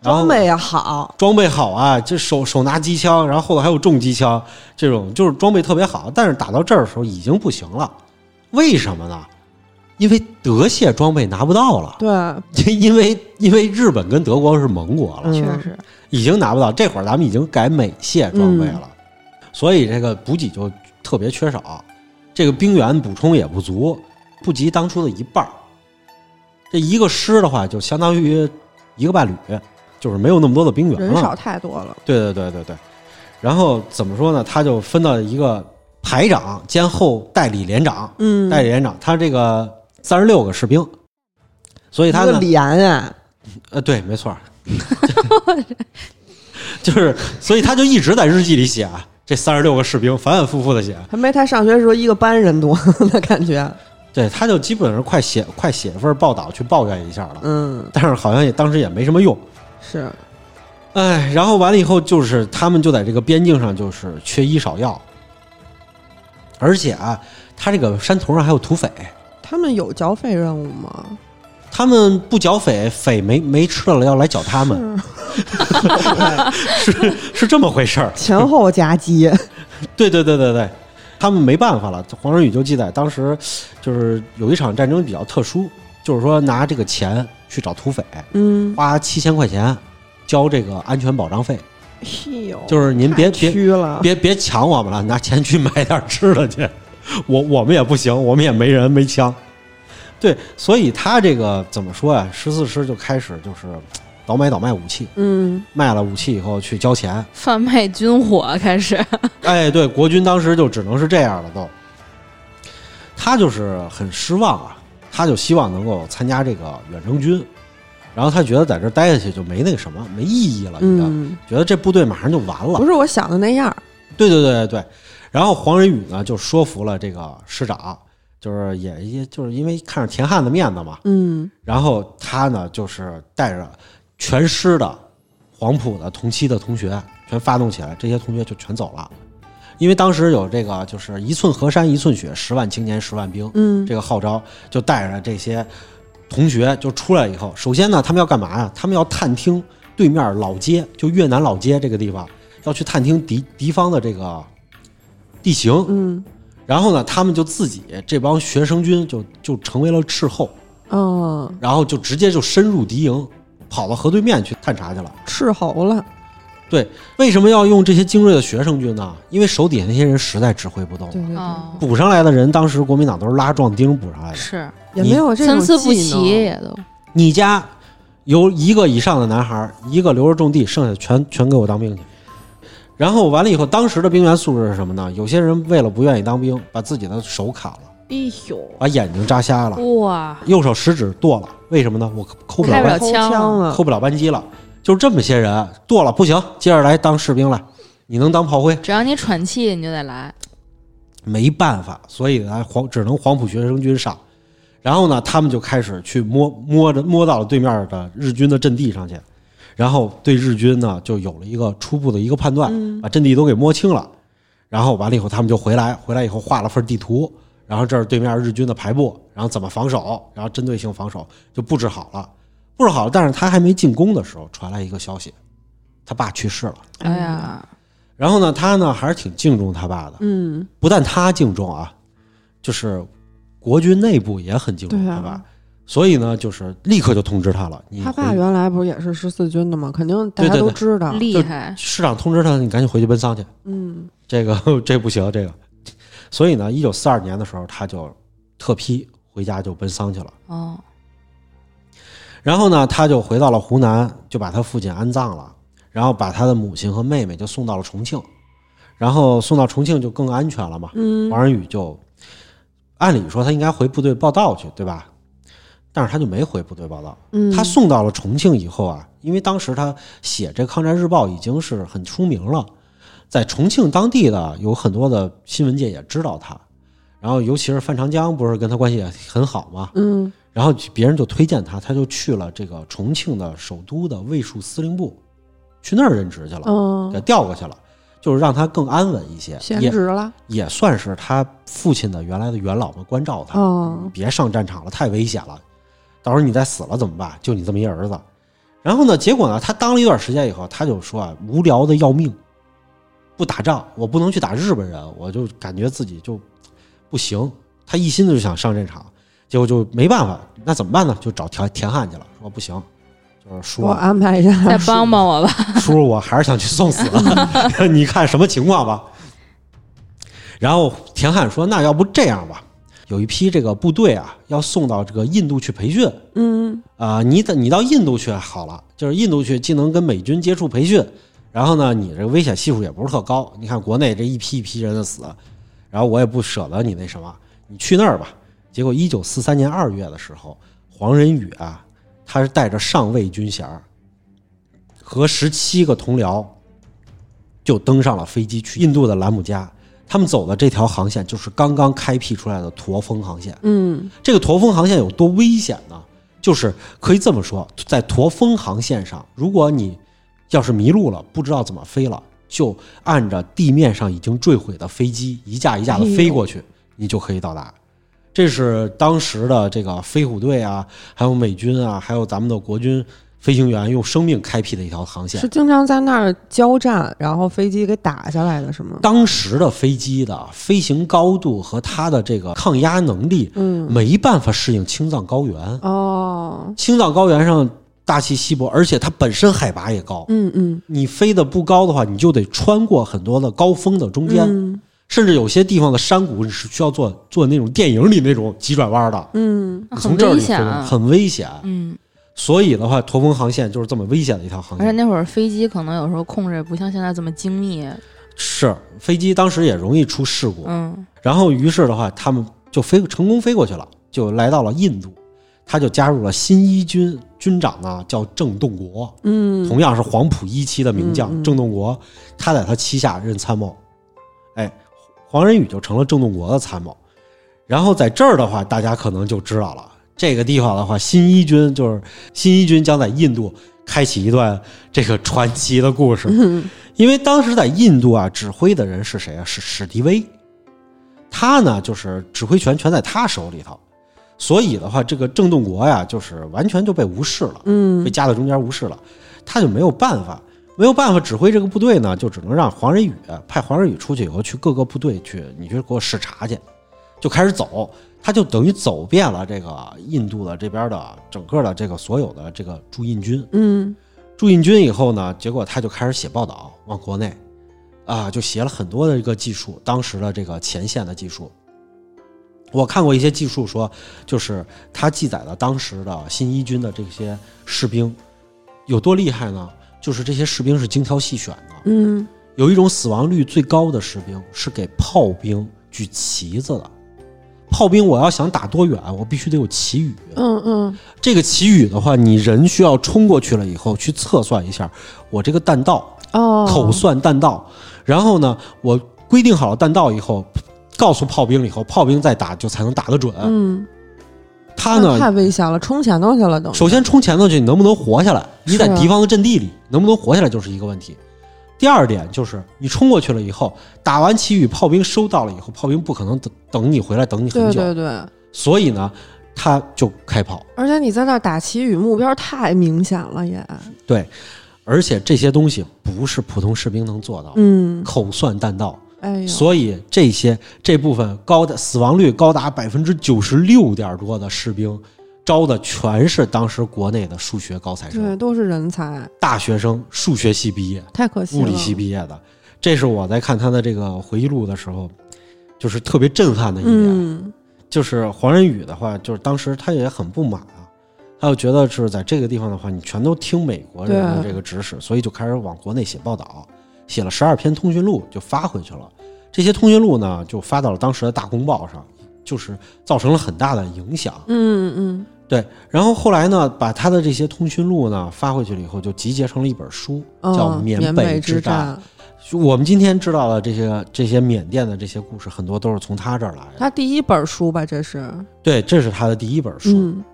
Speaker 3: 然后
Speaker 1: 装备也好，
Speaker 3: 装备好啊，这手手拿机枪，然后后头还有重机枪，这种就是装备特别好。但是打到这儿的时候已经不行了，为什么呢？因为德械装备拿不到了，
Speaker 1: 对，
Speaker 3: 因为因为日本跟德国是盟国了，
Speaker 1: 嗯
Speaker 2: 确实，
Speaker 3: 已经拿不到。这会儿咱们已经改美械装备了，
Speaker 1: 嗯
Speaker 3: 所以这个补给就特别缺少，这个兵源补充也不足，不及当初的一半儿。这一个师的话，就相当于一个半旅，就是没有那么多的兵源了。
Speaker 1: 嗯人少太多了，
Speaker 3: 对对对对对。然后怎么说呢？他就分到一个排长兼后代理连长，
Speaker 1: 嗯，
Speaker 3: 代理连长，他这个三十六个士兵，所以
Speaker 1: 一
Speaker 3: 他
Speaker 1: 个
Speaker 3: 呢，
Speaker 1: 连啊，
Speaker 3: 呃，对，没错儿， *laughs* 就是，所以他就一直在日记里写啊，这三十六个士兵反反复复的写，啊
Speaker 1: 还没他上学时候一个班人多的感觉，
Speaker 3: 对，他就基本上快写快写一份报道去抱怨一下了，
Speaker 1: 嗯，
Speaker 3: 但是好像也当时也没什么用。
Speaker 1: 是，
Speaker 3: 哎，然后完了以后，就是他们就在这个边境上就是缺医少药，而且啊，他这个山头上还有土匪，
Speaker 1: 他们有剿匪任务吗？
Speaker 3: 他们不剿匪，匪没没吃的了要来剿他
Speaker 1: *laughs*
Speaker 3: 们，
Speaker 1: 是
Speaker 3: 是是这么回事儿。
Speaker 1: 前后夹击，
Speaker 3: 对对对对对，他们没办法了。黄仁宇就记载，当时就是有一场战争比较特殊，就是说拿这个钱去找土匪，
Speaker 1: *laughs* 嗯，
Speaker 3: 花七千块钱交这个安全保障费，
Speaker 1: 哎呦，
Speaker 3: 就是您别别
Speaker 1: 虚了，
Speaker 3: 别别抢我们了，拿钱去买点吃的去。我我们也不行，我们也没人没枪。对，所以他这个怎么说呀、十四师就开始就是倒买倒卖武器，
Speaker 1: 嗯，
Speaker 3: 卖了武器以后去交钱。
Speaker 2: 贩卖军火开始，
Speaker 3: 哎，对，国军当时就只能是这样了都。他就是很失望啊，他就希望能够参加这个远征军，然后他觉得在这儿待下去就没那个什么没意义了，应该、
Speaker 1: 嗯，
Speaker 3: 觉得这部队马上就完了
Speaker 1: 不。是我想的那样儿，
Speaker 3: 对对对对对。然后黄仁宇呢就说服了这个师长，就是也也就是因为看着田汉的面子嘛，
Speaker 1: 嗯，
Speaker 3: 然后他呢就是带着全师的黄埔的同期的同学全发动起来，这些同学就全走了。因为当时有这个就是一寸河山一寸血，十万青年十万兵，
Speaker 1: 嗯，
Speaker 3: 这个号召，就带着这些同学就出来以后，首先呢，他们要干嘛呀？他们要探听对面老街，就越南老街这个地方，要去探听敌敌方的这个地形。
Speaker 1: 嗯，
Speaker 3: 然后呢，他们就自己这帮学生军就就成为了斥候，
Speaker 1: 哦，
Speaker 3: 然后就直接就深入敌营，跑到河对面去探查去了。
Speaker 1: 斥候了，
Speaker 3: 为什么要用这些精锐的学生军呢？因为手底下那些人实在指挥不动了
Speaker 1: 对对
Speaker 2: 哦
Speaker 1: 对，
Speaker 3: 补上来的人，当时国民党都是拉壮丁补上来的。
Speaker 2: 是
Speaker 1: 也没有这
Speaker 2: 参
Speaker 1: 种
Speaker 2: 差不
Speaker 1: 技能
Speaker 2: 齐也都，
Speaker 3: 你家有一个以上的男孩儿，一个留着种地，剩下全全给我当兵去。然后完了以后，当时的兵员素质是什么呢？有些人为了不愿意当兵，把自己的手砍了，
Speaker 1: 哎呦，
Speaker 3: 把眼睛扎瞎了，
Speaker 2: 哇，
Speaker 3: 右手食指剁了。为什么呢？我抠不了
Speaker 2: 开不了
Speaker 3: 扳，
Speaker 2: 枪
Speaker 1: 枪了，
Speaker 3: 抠不了扳机了。就是这么些人剁了不行，接着来当士兵来，你能当炮灰，
Speaker 2: 只要你喘气，你就得来。
Speaker 3: 没办法，所以呢，黄只能黄埔学生军上。然后呢，他们就开始去摸摸着摸到了对面的日军的阵地上去，然后对日军呢就有了一个初步的一个判断，把阵地都给摸清了。然后完了以后，他们就回来，回来以后画了份地图，然后这是对面日军的排布，然后怎么防守，然后针对性防守就布置好了，布置好了。但是他还没进攻的时候，传来一个消息，他爸去世了。
Speaker 2: 哎呀，
Speaker 3: 然后呢，他呢还是挺敬重他爸的，
Speaker 1: 嗯，
Speaker 3: 不但他敬重啊，就是国军内部也很敬重
Speaker 1: 对
Speaker 3: 他
Speaker 1: 啊
Speaker 3: 爸，所以呢，就是立刻就通知他了。你
Speaker 1: 他
Speaker 3: 回
Speaker 1: 爸原来不是也是十四军的吗？肯定大家
Speaker 3: 嗯对对
Speaker 1: 都
Speaker 3: 对
Speaker 1: 知道。
Speaker 2: 厉害！
Speaker 3: 市长通知他，你赶紧回去奔丧去。
Speaker 1: 嗯，
Speaker 3: 这个 *laughs* 这不行，这个。所以呢，一九四二年的时候，他就特批回家就奔丧去了。
Speaker 2: *laughs* 哦，
Speaker 3: 然后呢，他就回到了湖南，就把他父亲安葬了，然后把他的母亲和妹妹就送到了重庆，然后送到重庆就更安全了嘛。
Speaker 1: 嗯，
Speaker 3: 王仁宇就按理说他应该回部队报道去，对吧？但是他就没回部队报道。
Speaker 1: 嗯
Speaker 3: 他送到了重庆以后啊，因为当时他写这《抗战日报》已经是很出名了，在重庆当地的有很多的新闻界也知道他，然后尤其是范长江不是跟他关系也很好嘛，
Speaker 1: 嗯
Speaker 3: 然后别人就推荐他，他就去了这个重庆的首都的卫戍司令部，去那儿任职去了，
Speaker 1: 嗯
Speaker 3: 给，调过去了，就是让他更安稳一些，
Speaker 1: 闲
Speaker 3: 也
Speaker 1: 职了。
Speaker 3: 也算是他父亲的原来的元老们关照他，
Speaker 1: 哦
Speaker 3: 你别上战场了，太危险了，到时候你再死了怎么办？就你这么一儿子。然后呢，结果呢，他当了一段时间以后，他就说啊，无聊的要命，不打仗，我不能去打日本人，我就感觉自己就不行。他一心就想上战场，结果就没办法，那怎么办呢？就找田田汉去了，说不行，就是
Speaker 1: 给我
Speaker 3: 说
Speaker 1: 安排一下。
Speaker 2: 再帮帮我 *laughs* 吧。
Speaker 3: *laughs* 叔叔，我还是想去送死了，你看什么情况吧。然后田汉说：“那要不这样吧，有一批这个部队啊，要送到这个印度去培训
Speaker 1: 嗯
Speaker 3: 啊、你得你到印度去好了，就是印度去既能跟美军接触培训，然后呢，你这个危险系数也不是特高。你看国内这一批一批人的死，然后我也不舍得你那什么，你去那儿吧。”结果，一九四三年二月的时候，黄仁宇啊，他是带着上尉军衔儿和十七个同僚，就登上了飞机去印度的兰姆加。他们走的这条航线就是刚刚开辟出来的驼峰航线。
Speaker 1: 嗯
Speaker 3: 这个驼峰航线有多危险呢？就是可以这么说，在驼峰航线上，如果你要是迷路了，不知道怎么飞了，就按着地面上已经坠毁的飞机一架一架的飞过去，你就可以到达。这是当时的这个飞虎队啊，还有美军啊，还有咱们的国军飞行员用生命开辟的一条航线
Speaker 1: 是。经常在那儿交战，然后飞机给打下来的，是吗？
Speaker 3: 当时的飞机的飞行高度和它的这个抗压能力
Speaker 1: 嗯，
Speaker 3: 没办法适应青藏高原，
Speaker 1: 哦，
Speaker 3: 青藏高原上大气稀薄，而且它本身海拔也高。
Speaker 1: 嗯嗯，
Speaker 3: 你飞得不高的话，你就得穿过很多的高峰的中间，
Speaker 1: 嗯
Speaker 3: 甚至有些地方的山谷你是需要做做那种电影里那种急转弯的，
Speaker 1: 嗯，
Speaker 2: 那
Speaker 3: 从
Speaker 2: 啊很
Speaker 3: 这儿
Speaker 2: 危
Speaker 3: 里飞
Speaker 2: 险
Speaker 3: 过去
Speaker 2: 啊！
Speaker 3: 很危险。
Speaker 2: 嗯，
Speaker 3: 所以的话，驼峰航线就是这么危险的一条航
Speaker 2: 而且
Speaker 3: 线。
Speaker 2: 那会儿飞机可能有时候控制也不像现在这么精密。
Speaker 3: 是飞机当时也容易出事故，
Speaker 2: 嗯，
Speaker 3: 然后于是的话，他们就飞成功飞过去了，就来到了印度，他就加入了新一军，军长呢叫郑洞国。
Speaker 1: 嗯，
Speaker 3: 同样是黄埔一期的名
Speaker 1: 嗯
Speaker 3: 将
Speaker 1: 嗯
Speaker 3: 郑洞国，他在他旗下任参谋，哎，黄仁宇就成了郑洞国的参谋。然后在这儿的话，大家可能就知道了，这个地方的话，新一军就是新一军将在印度开启一段这个传奇的故
Speaker 1: 嗯
Speaker 3: 事，因为当时在印度啊，指挥的人是谁啊？是史迪威，他呢就是指挥权全在他手里头，所以的话，这个郑洞国呀，就是完全就被无视了。
Speaker 1: 嗯
Speaker 3: 被夹在中间无视了，他就没有办法，没有办法指挥这个部队呢，就只能让黄仁宇派黄仁宇出去以后去各个部队去，你去给我视察去，就开始走，他就等于走遍了这个印度的这边的整个的这个所有的这个驻印军，
Speaker 1: 嗯
Speaker 3: 驻印军以后呢，结果他就开始写报道往国内，啊，就写了很多的这个技术，当时的这个前线的技术。我看过一些技术说，就是他记载了当时的新一军的这些士兵有多厉害呢？就是这些士兵是精挑细选的，
Speaker 1: 嗯，
Speaker 3: 有一种死亡率最高的士兵是给炮兵举旗子的，炮兵我要想打多远，我必须得有旗语。
Speaker 1: 嗯嗯，
Speaker 3: 这个旗语的话，你人需要冲过去了以后，去测算一下我这个弹道，
Speaker 1: 哦，
Speaker 3: 口算弹道。然后呢，我规定好了弹道以后，告诉炮兵了以后，炮兵再打就才能打得准。
Speaker 1: 嗯，
Speaker 3: 他
Speaker 1: 那太
Speaker 3: 呢，
Speaker 1: 危险了，冲前头去了都。
Speaker 3: 首先冲前头去，你能不能活下来？你在
Speaker 1: 是啊
Speaker 3: 敌方的阵地里能不能活下来就是一个问题。第二点就是，你冲过去了以后，打完旗语，炮兵收到了以后，炮兵不可能等等你回来，等你很
Speaker 1: 对
Speaker 3: 久，
Speaker 1: 对对，
Speaker 3: 所以呢，他就开炮。
Speaker 1: 而且你在那儿打旗语，目标太明显了也。
Speaker 3: 对，而且这些东西不是普通士兵能做到的，
Speaker 1: 嗯，
Speaker 3: 口算弹道，
Speaker 1: 哎呦，
Speaker 3: 所以这些这部分高的死亡率高达百分之九十六点多的士兵，招的全是当时国内的数学高材
Speaker 1: 对，
Speaker 3: 生、
Speaker 1: 都是人才，
Speaker 3: 大学生、数学系毕业、
Speaker 1: 太可惜了。
Speaker 3: 物理系毕业的。这是我在看他的这个回忆录的时候，就是特别震撼的一点。
Speaker 1: 嗯，
Speaker 3: 就是黄仁宇的话，就是当时他也很不满啊，他就觉得就是在这个地方的话，你全都听美国人的
Speaker 1: 对
Speaker 3: 这个指使，所以就开始往国内写报道，写了十二篇通讯录就发回去了。这些通讯录呢，就发到了当时的大公报上，就是造成了很大的影响。
Speaker 1: 嗯嗯
Speaker 3: 对，然后后来呢，把他的这些通讯录呢发回去了以后，就集结成了一本书，
Speaker 1: 嗯，
Speaker 3: 叫
Speaker 1: 哦
Speaker 3: 《
Speaker 1: 缅
Speaker 3: 北
Speaker 1: 之
Speaker 3: 战》。我们今天知道的这些这些缅甸的这些故事，很多都是从他这儿来的。
Speaker 1: 他第一本书吧，这是。
Speaker 3: 对，这是他的第一本书。
Speaker 1: 嗯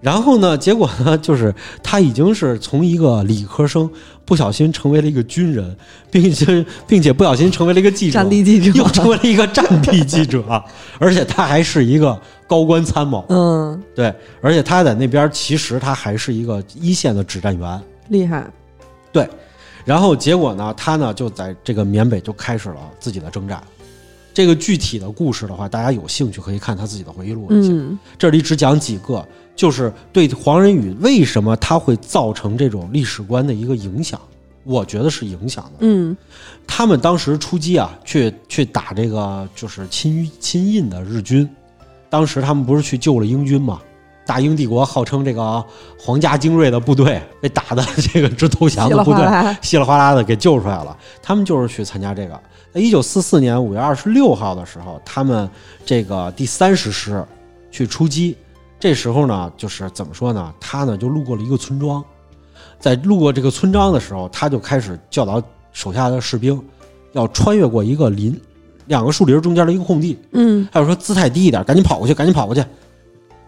Speaker 3: 然后呢，结果呢，就是他已经是从一个理科生不小心成为了一个军人，并且并且不小心成为了一个记者
Speaker 1: 战， *laughs* 地记者
Speaker 3: 又成为了一个战地记者， *laughs* 而且他还是一个高官参谋，
Speaker 1: 嗯，
Speaker 3: 对，而且他在那边其实他还是一个一线的指战员。
Speaker 1: 厉害。
Speaker 3: 然后结果呢，他呢就在这个缅北就开始了自己的征战。这个具体的故事的话，大家有兴趣可以看他自己的回忆录。
Speaker 1: 嗯
Speaker 3: 这里只讲几个，就是对黄仁宇为什么他会造成这种历史观的一个影响，我觉得是影响的。
Speaker 1: 嗯
Speaker 3: 他们当时出击啊，去去打这个就是亲亲印的日军，当时他们不是去救了英军嘛？大英帝国号称这个皇家精锐的部队被打的这个直投降
Speaker 1: 稀
Speaker 3: 的
Speaker 1: 里
Speaker 3: 部
Speaker 1: 哗
Speaker 3: 队，
Speaker 1: 啦。
Speaker 3: 稀里哗啦的给救出来了。他们就是去参加这个。在一九四四年五月二十六号的时候，他们这个第三十师去出击。这时候呢，就是怎么说呢？他呢就路过了一个村庄，在路过这个村庄的时候，他就开始教导手下的士兵要穿越过一个林，两个树林中间的一个空地。
Speaker 1: 嗯
Speaker 3: 还有说姿态低一点，赶紧跑过去，赶紧跑过去。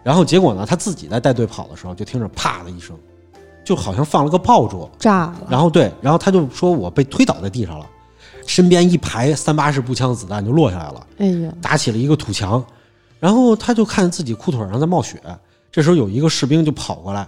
Speaker 3: 然后结果呢，他自己在带队跑的时候，就听着啪的一声，就好像放了个爆竹，
Speaker 1: 炸了。
Speaker 3: 然后对，然后他就说我被推倒在地上了，身边一排三八式步枪子弹就落下来了，
Speaker 2: 哎呀，
Speaker 3: 打起了一个土墙。然后他就看自己裤腿上在冒血，这时候有一个士兵就跑过来，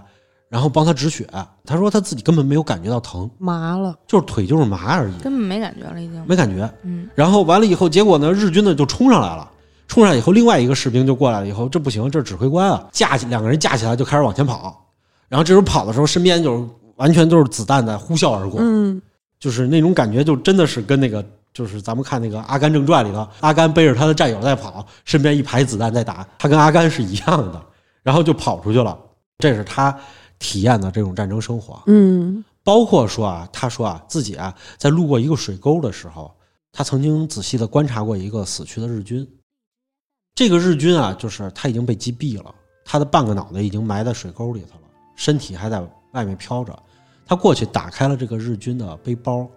Speaker 3: 然后帮他止血。他说他自己根本没有感觉到疼，
Speaker 1: 麻了，
Speaker 3: 就是腿就是麻而已，
Speaker 2: 根本没感觉了，已经。
Speaker 3: 没感觉。
Speaker 2: 嗯，
Speaker 3: 然后完了以后，结果呢，日军呢就冲上来了。冲上来以后，另外一个士兵就过来了，以后这不行，这是指挥官啊，架起两个人架起来就开始往前跑。然后这时候跑的时候，身边就是完全都是子弹在呼啸而过，
Speaker 1: 嗯，
Speaker 3: 就是那种感觉，就真的是跟那个就是咱们看那个《阿甘正传》里头，阿甘背着他的战友在跑，身边一排子弹在打，他跟阿甘是一样的，然后就跑出去了。这是他体验的这种战争生活。
Speaker 1: 嗯，
Speaker 3: 包括说啊，他说啊，自己啊在路过一个水沟的时候，他曾经仔细的观察过一个死去的日军。这个日军啊，就是他已经被击毙了，他的半个脑袋已经埋在水沟里头了，身体还在外面飘着。他过去打开了这个日军的背包，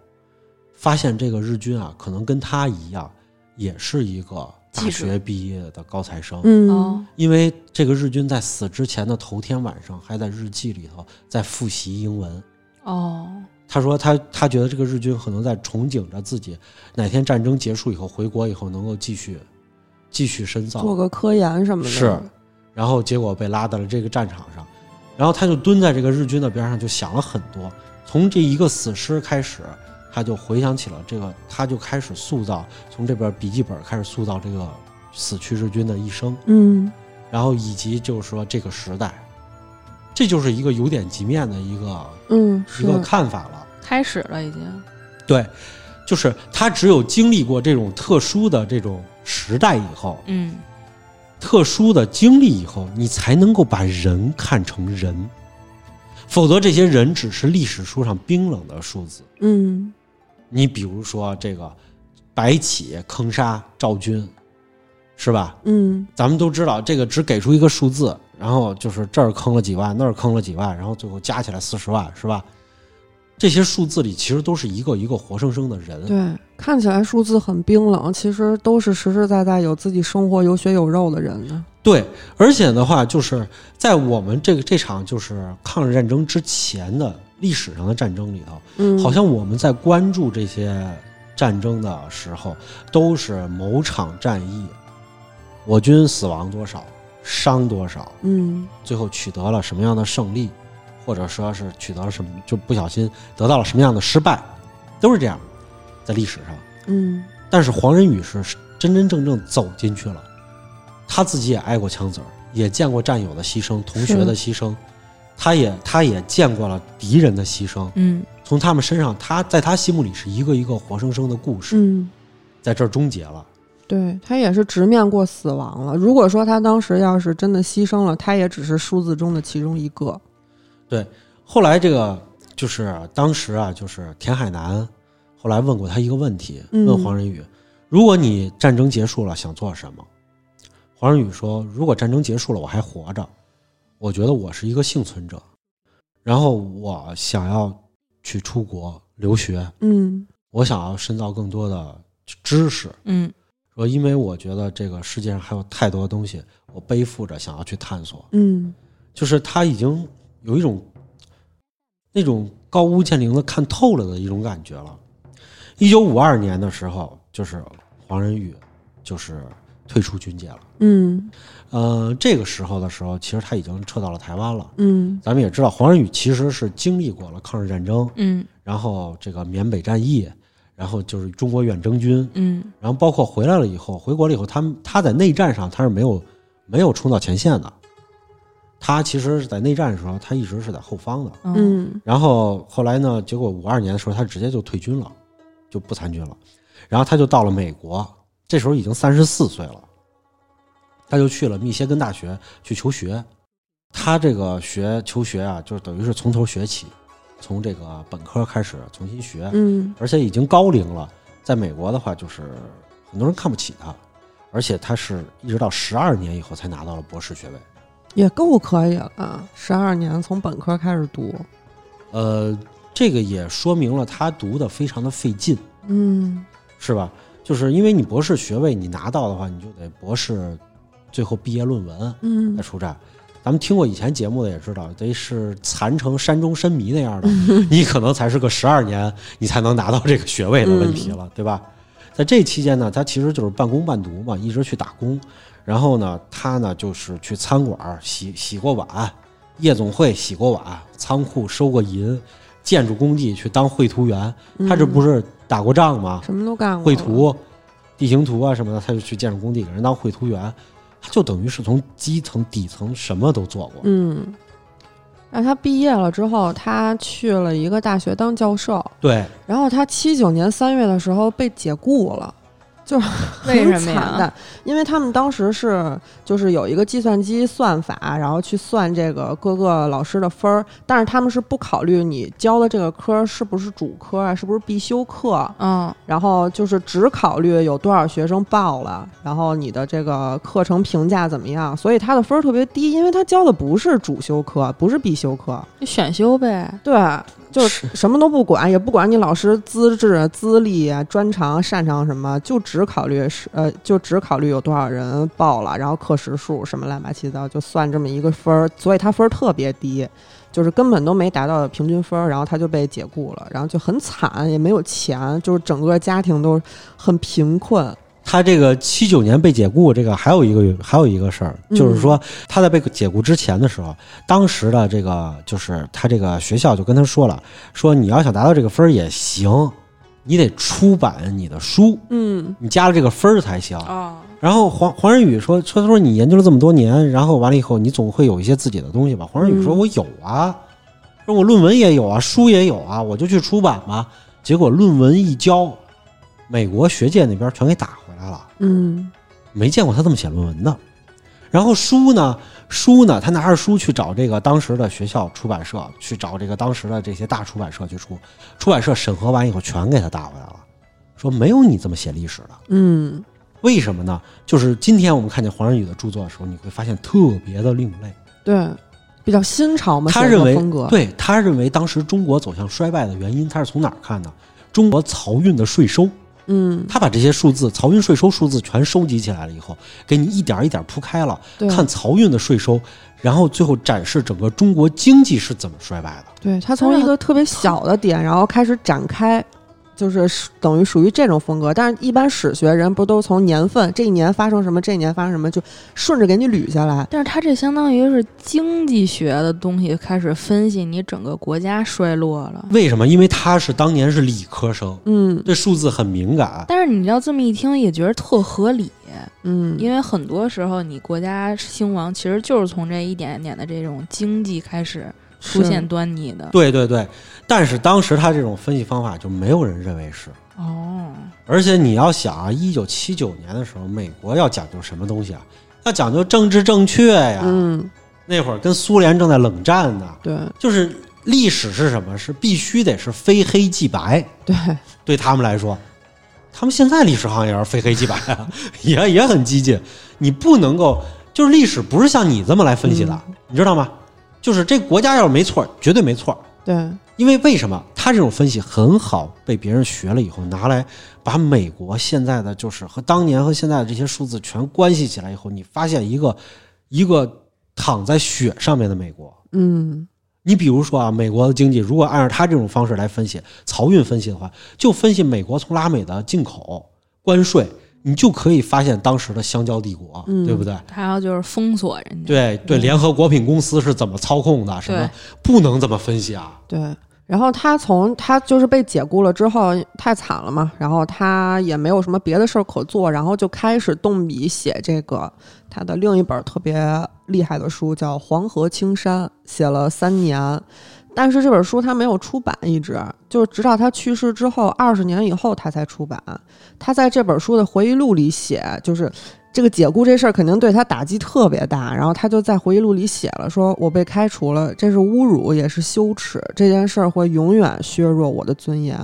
Speaker 3: 发现这个日军啊，可能跟他一样，也是一个大
Speaker 2: 记者
Speaker 3: 学毕业的高材生。
Speaker 1: 嗯
Speaker 2: 哦，
Speaker 3: 因为这个日军在死之前的头天晚上，还在日记里头在复习英文。
Speaker 2: 哦，
Speaker 3: 他说他他觉得这个日军可能在憧憬着自己哪天战争结束以后回国以后能够继续继续深
Speaker 1: 做
Speaker 3: 造，
Speaker 1: 个科研什么的。
Speaker 3: 是然后结果被拉到了这个战场上，然后他就蹲在这个日军的边上就想了很多，从这一个死尸开始，他就回想起了这个，他就开始塑造从这本笔记本开始塑造这个死去日军的一生，
Speaker 1: 嗯
Speaker 3: 然后以及就是说这个时代，这就是一个由点及面的一个
Speaker 1: 嗯，
Speaker 3: 一
Speaker 1: 是
Speaker 3: 个看法了。
Speaker 2: 开始了已经。
Speaker 3: 对，就是他只有经历过这种特殊的这种时代以后，
Speaker 2: 嗯，
Speaker 3: 特殊的经历以后，你才能够把人看成人，否则这些人只是历史书上冰冷的数字。
Speaker 1: 嗯
Speaker 3: 你比如说这个白起坑杀赵军，是吧？
Speaker 1: 嗯，
Speaker 3: 咱们都知道这个只给出一个数字，然后就是这儿坑了几万，那儿坑了几万，然后最后加起来四十万，是吧？这些数字里其实都是一个一个活生生的人，
Speaker 1: 对，看起来数字很冰冷，其实都是实实在在有自己生活、有血有肉的人呢。
Speaker 3: 对。而且的话，就是在我们这个这场就是抗日战争之前的历史上的战争里头，
Speaker 1: 嗯，
Speaker 3: 好像我们在关注这些战争的时候，都是某场战役，我军死亡多少，伤多少，
Speaker 1: 嗯，
Speaker 3: 最后取得了什么样的胜利，或者说是取得了什么，就不小心得到了什么样的失败，都是这样，在历史上。
Speaker 1: 嗯
Speaker 3: 但是黄仁宇是真真正正走进去了，他自己也挨过枪子儿，也见过战友的牺牲、同学的牺牲，他也他也见过了敌人的牺牲。
Speaker 2: 嗯，
Speaker 3: 从他们身上，他在他心目里是一个一个活生生的故事，
Speaker 1: 嗯，
Speaker 3: 在这儿终结了。
Speaker 1: 对他也是直面过死亡了。如果说他当时要是真的牺牲了，他也只是数字中的其中一个。
Speaker 3: 后来这个就是当时啊，就是田海南后来问过他一个问题，
Speaker 1: 嗯
Speaker 3: 问黄仁宇：如果你战争结束了，想做什么？黄仁宇说：如果战争结束了，我还活着，我觉得我是一个幸存者，然后我想要去出国留学，
Speaker 1: 嗯
Speaker 3: 我想要深造更多的知识。
Speaker 2: 嗯
Speaker 3: 说，因为我觉得这个世界上还有太多的东西，我背负着想要去探索。
Speaker 1: 嗯
Speaker 3: 就是他已经有一种那种高屋建瓴的看透了的一种感觉了。一九五二年的时候，就是黄仁宇就是退出军界了。
Speaker 1: 嗯
Speaker 3: 呃，这个时候的时候，其实他已经撤到了台湾了。
Speaker 1: 嗯
Speaker 3: 咱们也知道，黄仁宇其实是经历过了抗日战争，
Speaker 2: 嗯
Speaker 3: 然后这个缅北战役，然后就是中国远征军，
Speaker 2: 嗯
Speaker 3: 然后包括回来了以后，回国了以后，他们他在内战上他是没有没有冲到前线的，他其实是在内战的时候，他一直是在后方的。
Speaker 2: 嗯
Speaker 1: 嗯
Speaker 3: 然后后来呢，结果五二年的时候，他直接就退军了，就不参军了。然后他就到了美国，这时候已经三十四岁了，他就去了密歇根大学去求学。他这个学求学啊，就是等于是从头学起，从这个本科开始重新学。
Speaker 1: 嗯
Speaker 3: 而且已经高龄了，在美国的话，就是很多人看不起他，而且他是一直到十二年以后才拿到了博士学位。
Speaker 1: 也够可以
Speaker 2: 嗯
Speaker 1: 了。十二年从本科开始读，
Speaker 3: 呃，这个也说明了他读的非常的费劲，
Speaker 1: 嗯
Speaker 3: 是吧？就是因为你博士学位你拿到的话，你就得博士最后毕业论文
Speaker 1: 嗯
Speaker 3: 再出战。咱们听过以前节目的也知道，得是残成山中深迷那样的，你可能才是个十二年，你才能拿到这个学位的问题了，对吧？在这期间呢，他其实就是半工半读嘛，一直去打工。然后呢，他呢就是去餐馆儿洗洗过碗，夜总会洗过碗，仓库收过银，建筑工地去当绘图员。
Speaker 2: 嗯
Speaker 3: 他这不
Speaker 1: 是
Speaker 3: 是打过仗吗？
Speaker 1: 什么都干过，
Speaker 3: 绘，图、地形图啊什么的，他就去建筑工地给人当绘图员，他就等于是从基层底层什么都做过。
Speaker 1: 嗯。那他毕业了之后，他去了一个大学当教授，
Speaker 3: 对，
Speaker 1: 然后他七九年三月的时候被解雇了，就是很
Speaker 2: 为什么呀
Speaker 1: 惨淡，因为他们当时是就是有一个计算机算法，然后去算这个各个老师的分儿，但是他们是不考虑你教的这个科是不是主科啊，是不是必修课，啊
Speaker 2: 嗯
Speaker 1: 然后就是只考虑有多少学生报了，然后你的这个课程评价怎么样，所以他的分儿特别低，因为他教的不是主修课，不是必修课，
Speaker 2: 就选修呗。
Speaker 1: 对，就是什么都不管，也不管你老师资质、资历啊、专长、擅长什么，就只考虑是呃，就只考虑有多少人报了，然后课时数什么乱七八糟，就算这么一个分儿，所以他分儿特别低，就是根本都没达到平均分儿，然后他就被解雇了，然后就很惨，也没有钱，就是整个家庭都很贫困。
Speaker 3: 他这个七九年被解雇，这个还有一个还有一个事儿，
Speaker 1: 嗯
Speaker 3: 就是说他在被解雇之前的时候，当时的这个就是他这个学校就跟他说了，说你要想达到这个分儿也行，你得出版你的书，
Speaker 1: 嗯
Speaker 3: 你加了这个分儿才行。
Speaker 2: 哦，
Speaker 3: 然后黄黄仁宇说说他说你研究了这么多年，然后完了以后你总会有一些自己的东西吧？黄仁宇说
Speaker 1: 嗯
Speaker 3: 我有啊，说我论文也有啊，书也有啊，我就去出版吧。结果论文一交，美国学界那边全给打回来了，
Speaker 1: 嗯
Speaker 3: 没见过他这么写论文的。然后书呢，书呢，他拿着书去找这个当时的学校出版社，去找这个当时的这些大出版社去出，出版社审核完以后全给他打回来了，说没有你这么写历史的。
Speaker 1: 嗯
Speaker 3: 为什么呢？就是今天我们看见黄仁宇的著作的时候，你会发现特别的另类。
Speaker 1: 对，比较新潮嘛，
Speaker 3: 他
Speaker 1: 写
Speaker 3: 认
Speaker 1: 作
Speaker 3: 为
Speaker 1: 风格，
Speaker 3: 对他认为当时中国走向衰败的原因，他是从哪儿看呢？中国漕运的税收，
Speaker 1: 嗯，
Speaker 3: 他把这些数字漕运税收数字全收集起来了以后，给你一点儿一点儿铺开了，
Speaker 1: 对，
Speaker 3: 看漕运的税收，然后最后展示整个中国经济是怎么衰败的。
Speaker 1: 对他从一个特别小的点，然后开始展开，就是属等于属于这种风格。但是，一般史学人不都从年份这一年发生什么，这一年发生什么，就顺着给你捋下来。
Speaker 2: 但是它这相当于是经济学的东西开始分析你整个国家衰落了。
Speaker 3: 为什么？因为他是当年是理科生，
Speaker 1: 嗯
Speaker 3: 对数字很敏感。
Speaker 2: 但是你要这么一听，也觉得特合理，
Speaker 1: 嗯，
Speaker 2: 因为很多时候你国家兴亡其实就是从这一点一点的这种经济开始出现
Speaker 1: 是
Speaker 2: 端倪的。
Speaker 3: 对对对，但是当时他这种分析方法就没有人认为是。
Speaker 2: 哦，
Speaker 3: 而且你要想啊，一九七九年的时候，美国要讲究什么东西啊？要讲究政治正确呀。
Speaker 1: 嗯，
Speaker 3: 那会儿跟苏联正在冷战呢，
Speaker 1: 对
Speaker 3: 就是历史是什么？是必须得是非黑即白。
Speaker 1: 对，
Speaker 3: 对他们来说，他们现在历史行业也是非黑即白啊， *laughs* 也也很激进。你不能够，就是历史不是像你这么来分析的，你知道吗？就是这国家要是没错，绝对没错。
Speaker 1: 对
Speaker 3: 因为为什么他这种分析很好被别人学了以后拿来把美国现在的就是和当年和现在的这些数字全关系起来以后，你发现一个一个躺在雪上面的美国。
Speaker 1: 嗯，
Speaker 3: 你比如说啊，美国的经济如果按照他这种方式来分析漕运分析的话，就分析美国从拉美的进口关税，你就可以发现当时的香蕉帝国，
Speaker 1: 嗯
Speaker 3: 对不对？
Speaker 2: 还有就是封锁人家。
Speaker 3: 对对，联合果品公司是怎么操控的？什么
Speaker 2: 对
Speaker 3: 不能这么分析啊？
Speaker 1: 对。然后他从他就是被解雇了之后太惨了嘛，然后他也没有什么别的事儿可做，然后就开始动笔写这个他的另一本特别厉害的书，叫《黄河青山》，写了三年，但是这本书他没有出版，一直就是直到他去世之后二十年以后他才出版。他在这本书的回忆录里写，就是这个解雇这事儿肯定对他打击特别大，然后他就在回忆录里写了说，我被开除了，这是侮辱，也是羞耻，这件事儿会永远削弱我的尊严。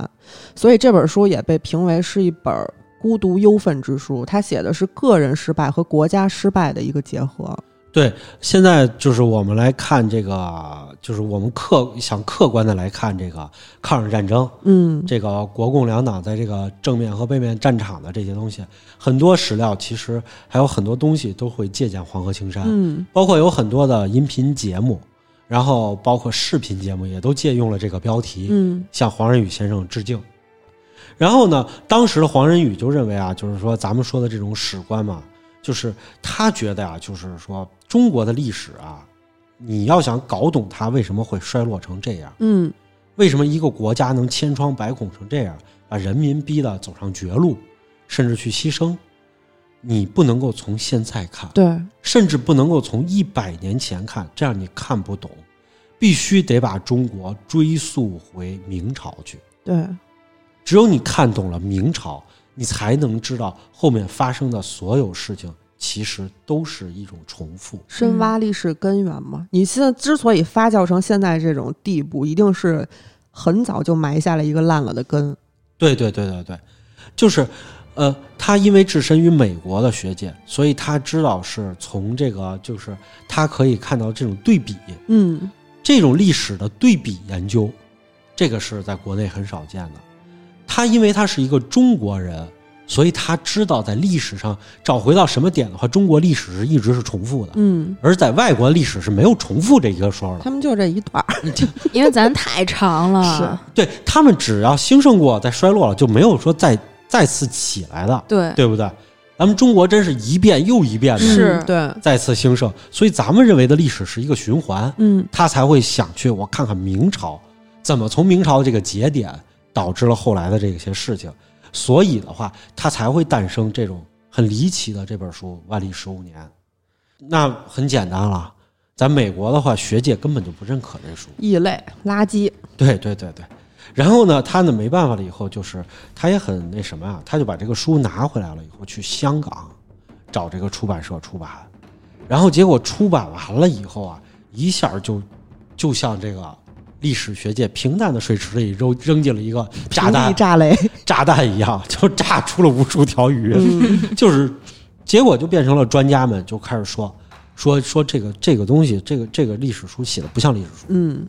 Speaker 1: 所以这本书也被评为是一本孤独忧愤之书，他写的是个人失败和国家失败的一个结合。
Speaker 3: 对，现在就是我们来看这个，就是我们客想客观的来看这个抗日战争，
Speaker 1: 嗯，
Speaker 3: 这个国共两党在这个正面和背面战场的这些东西，很多史料其实还有很多东西都会借鉴黄河青山，
Speaker 1: 嗯，
Speaker 3: 包括有很多的音频节目，然后包括视频节目也都借用了这个标题，
Speaker 1: 嗯，
Speaker 3: 向黄仁宇先生致敬。然后呢，当时的黄仁宇就认为啊，就是说咱们说的这种史观嘛，就是他觉得啊，就是说中国的历史啊，你要想搞懂它为什么会衰落成这样，
Speaker 1: 嗯，
Speaker 3: 为什么一个国家能千疮百孔成这样，把人民逼得走上绝路，甚至去牺牲，你不能够从现在看，
Speaker 1: 对，
Speaker 3: 甚至不能够从一百年前看，这样你看不懂，必须得把中国追溯回明朝去。
Speaker 1: 对，
Speaker 3: 只有你看懂了明朝，你才能知道后面发生的所有事情其实都是一种重复。
Speaker 1: 深挖历史根源嘛。你现在之所以发酵成现在这种地步，一定是很早就埋下了一个烂了的根。
Speaker 3: 对对对对对，就是，呃，他因为置身于美国的学界，所以他知道是从这个，就是他可以看到这种对比，
Speaker 1: 嗯，
Speaker 3: 这种历史的对比研究，这个是在国内很少见的。他因为他是一个中国人，所以他知道在历史上找回到什么点的话，中国历史是一直是重复的，
Speaker 1: 嗯，
Speaker 3: 而在外国历史是没有重复这一个说的。
Speaker 1: 他们就这一段儿。
Speaker 2: 因为咱太长了，
Speaker 3: 对他们只要兴盛过，再衰落了，就没有说再再次起来的。
Speaker 2: 对，
Speaker 3: 对不对？咱们中国真是一遍又一遍的
Speaker 2: 是
Speaker 1: 嗯对，
Speaker 3: 再次兴盛，所以咱们认为的历史是一个循环，
Speaker 1: 嗯
Speaker 3: 他才会想去我看看明朝怎么从明朝这个节点导致了后来的这些事情，所以的话，他才会诞生这种很离奇的这本书《万历十五年》。那很简单了，咱美国的话，学界根本就不认可这书。
Speaker 1: 异类垃圾。
Speaker 3: 对对对对。然后呢，他呢没办法了，以后就是他也很那什么啊，他就把这个书拿回来了，以后去香港找这个出版社出版，啊然后结果出版完了以后啊，一下就就像这个历史学界平淡的水池里扔扔进了一个炸
Speaker 1: 足
Speaker 3: 弹
Speaker 1: 以，炸雷，
Speaker 3: *laughs* 炸弹一样，就炸出了无数条
Speaker 1: *laughs*
Speaker 3: 鱼。
Speaker 1: 嗯
Speaker 3: 就是结果就变成了专家们就开始说说说这个这个东西，这个这个历史书写的不像历史书，
Speaker 1: 嗯，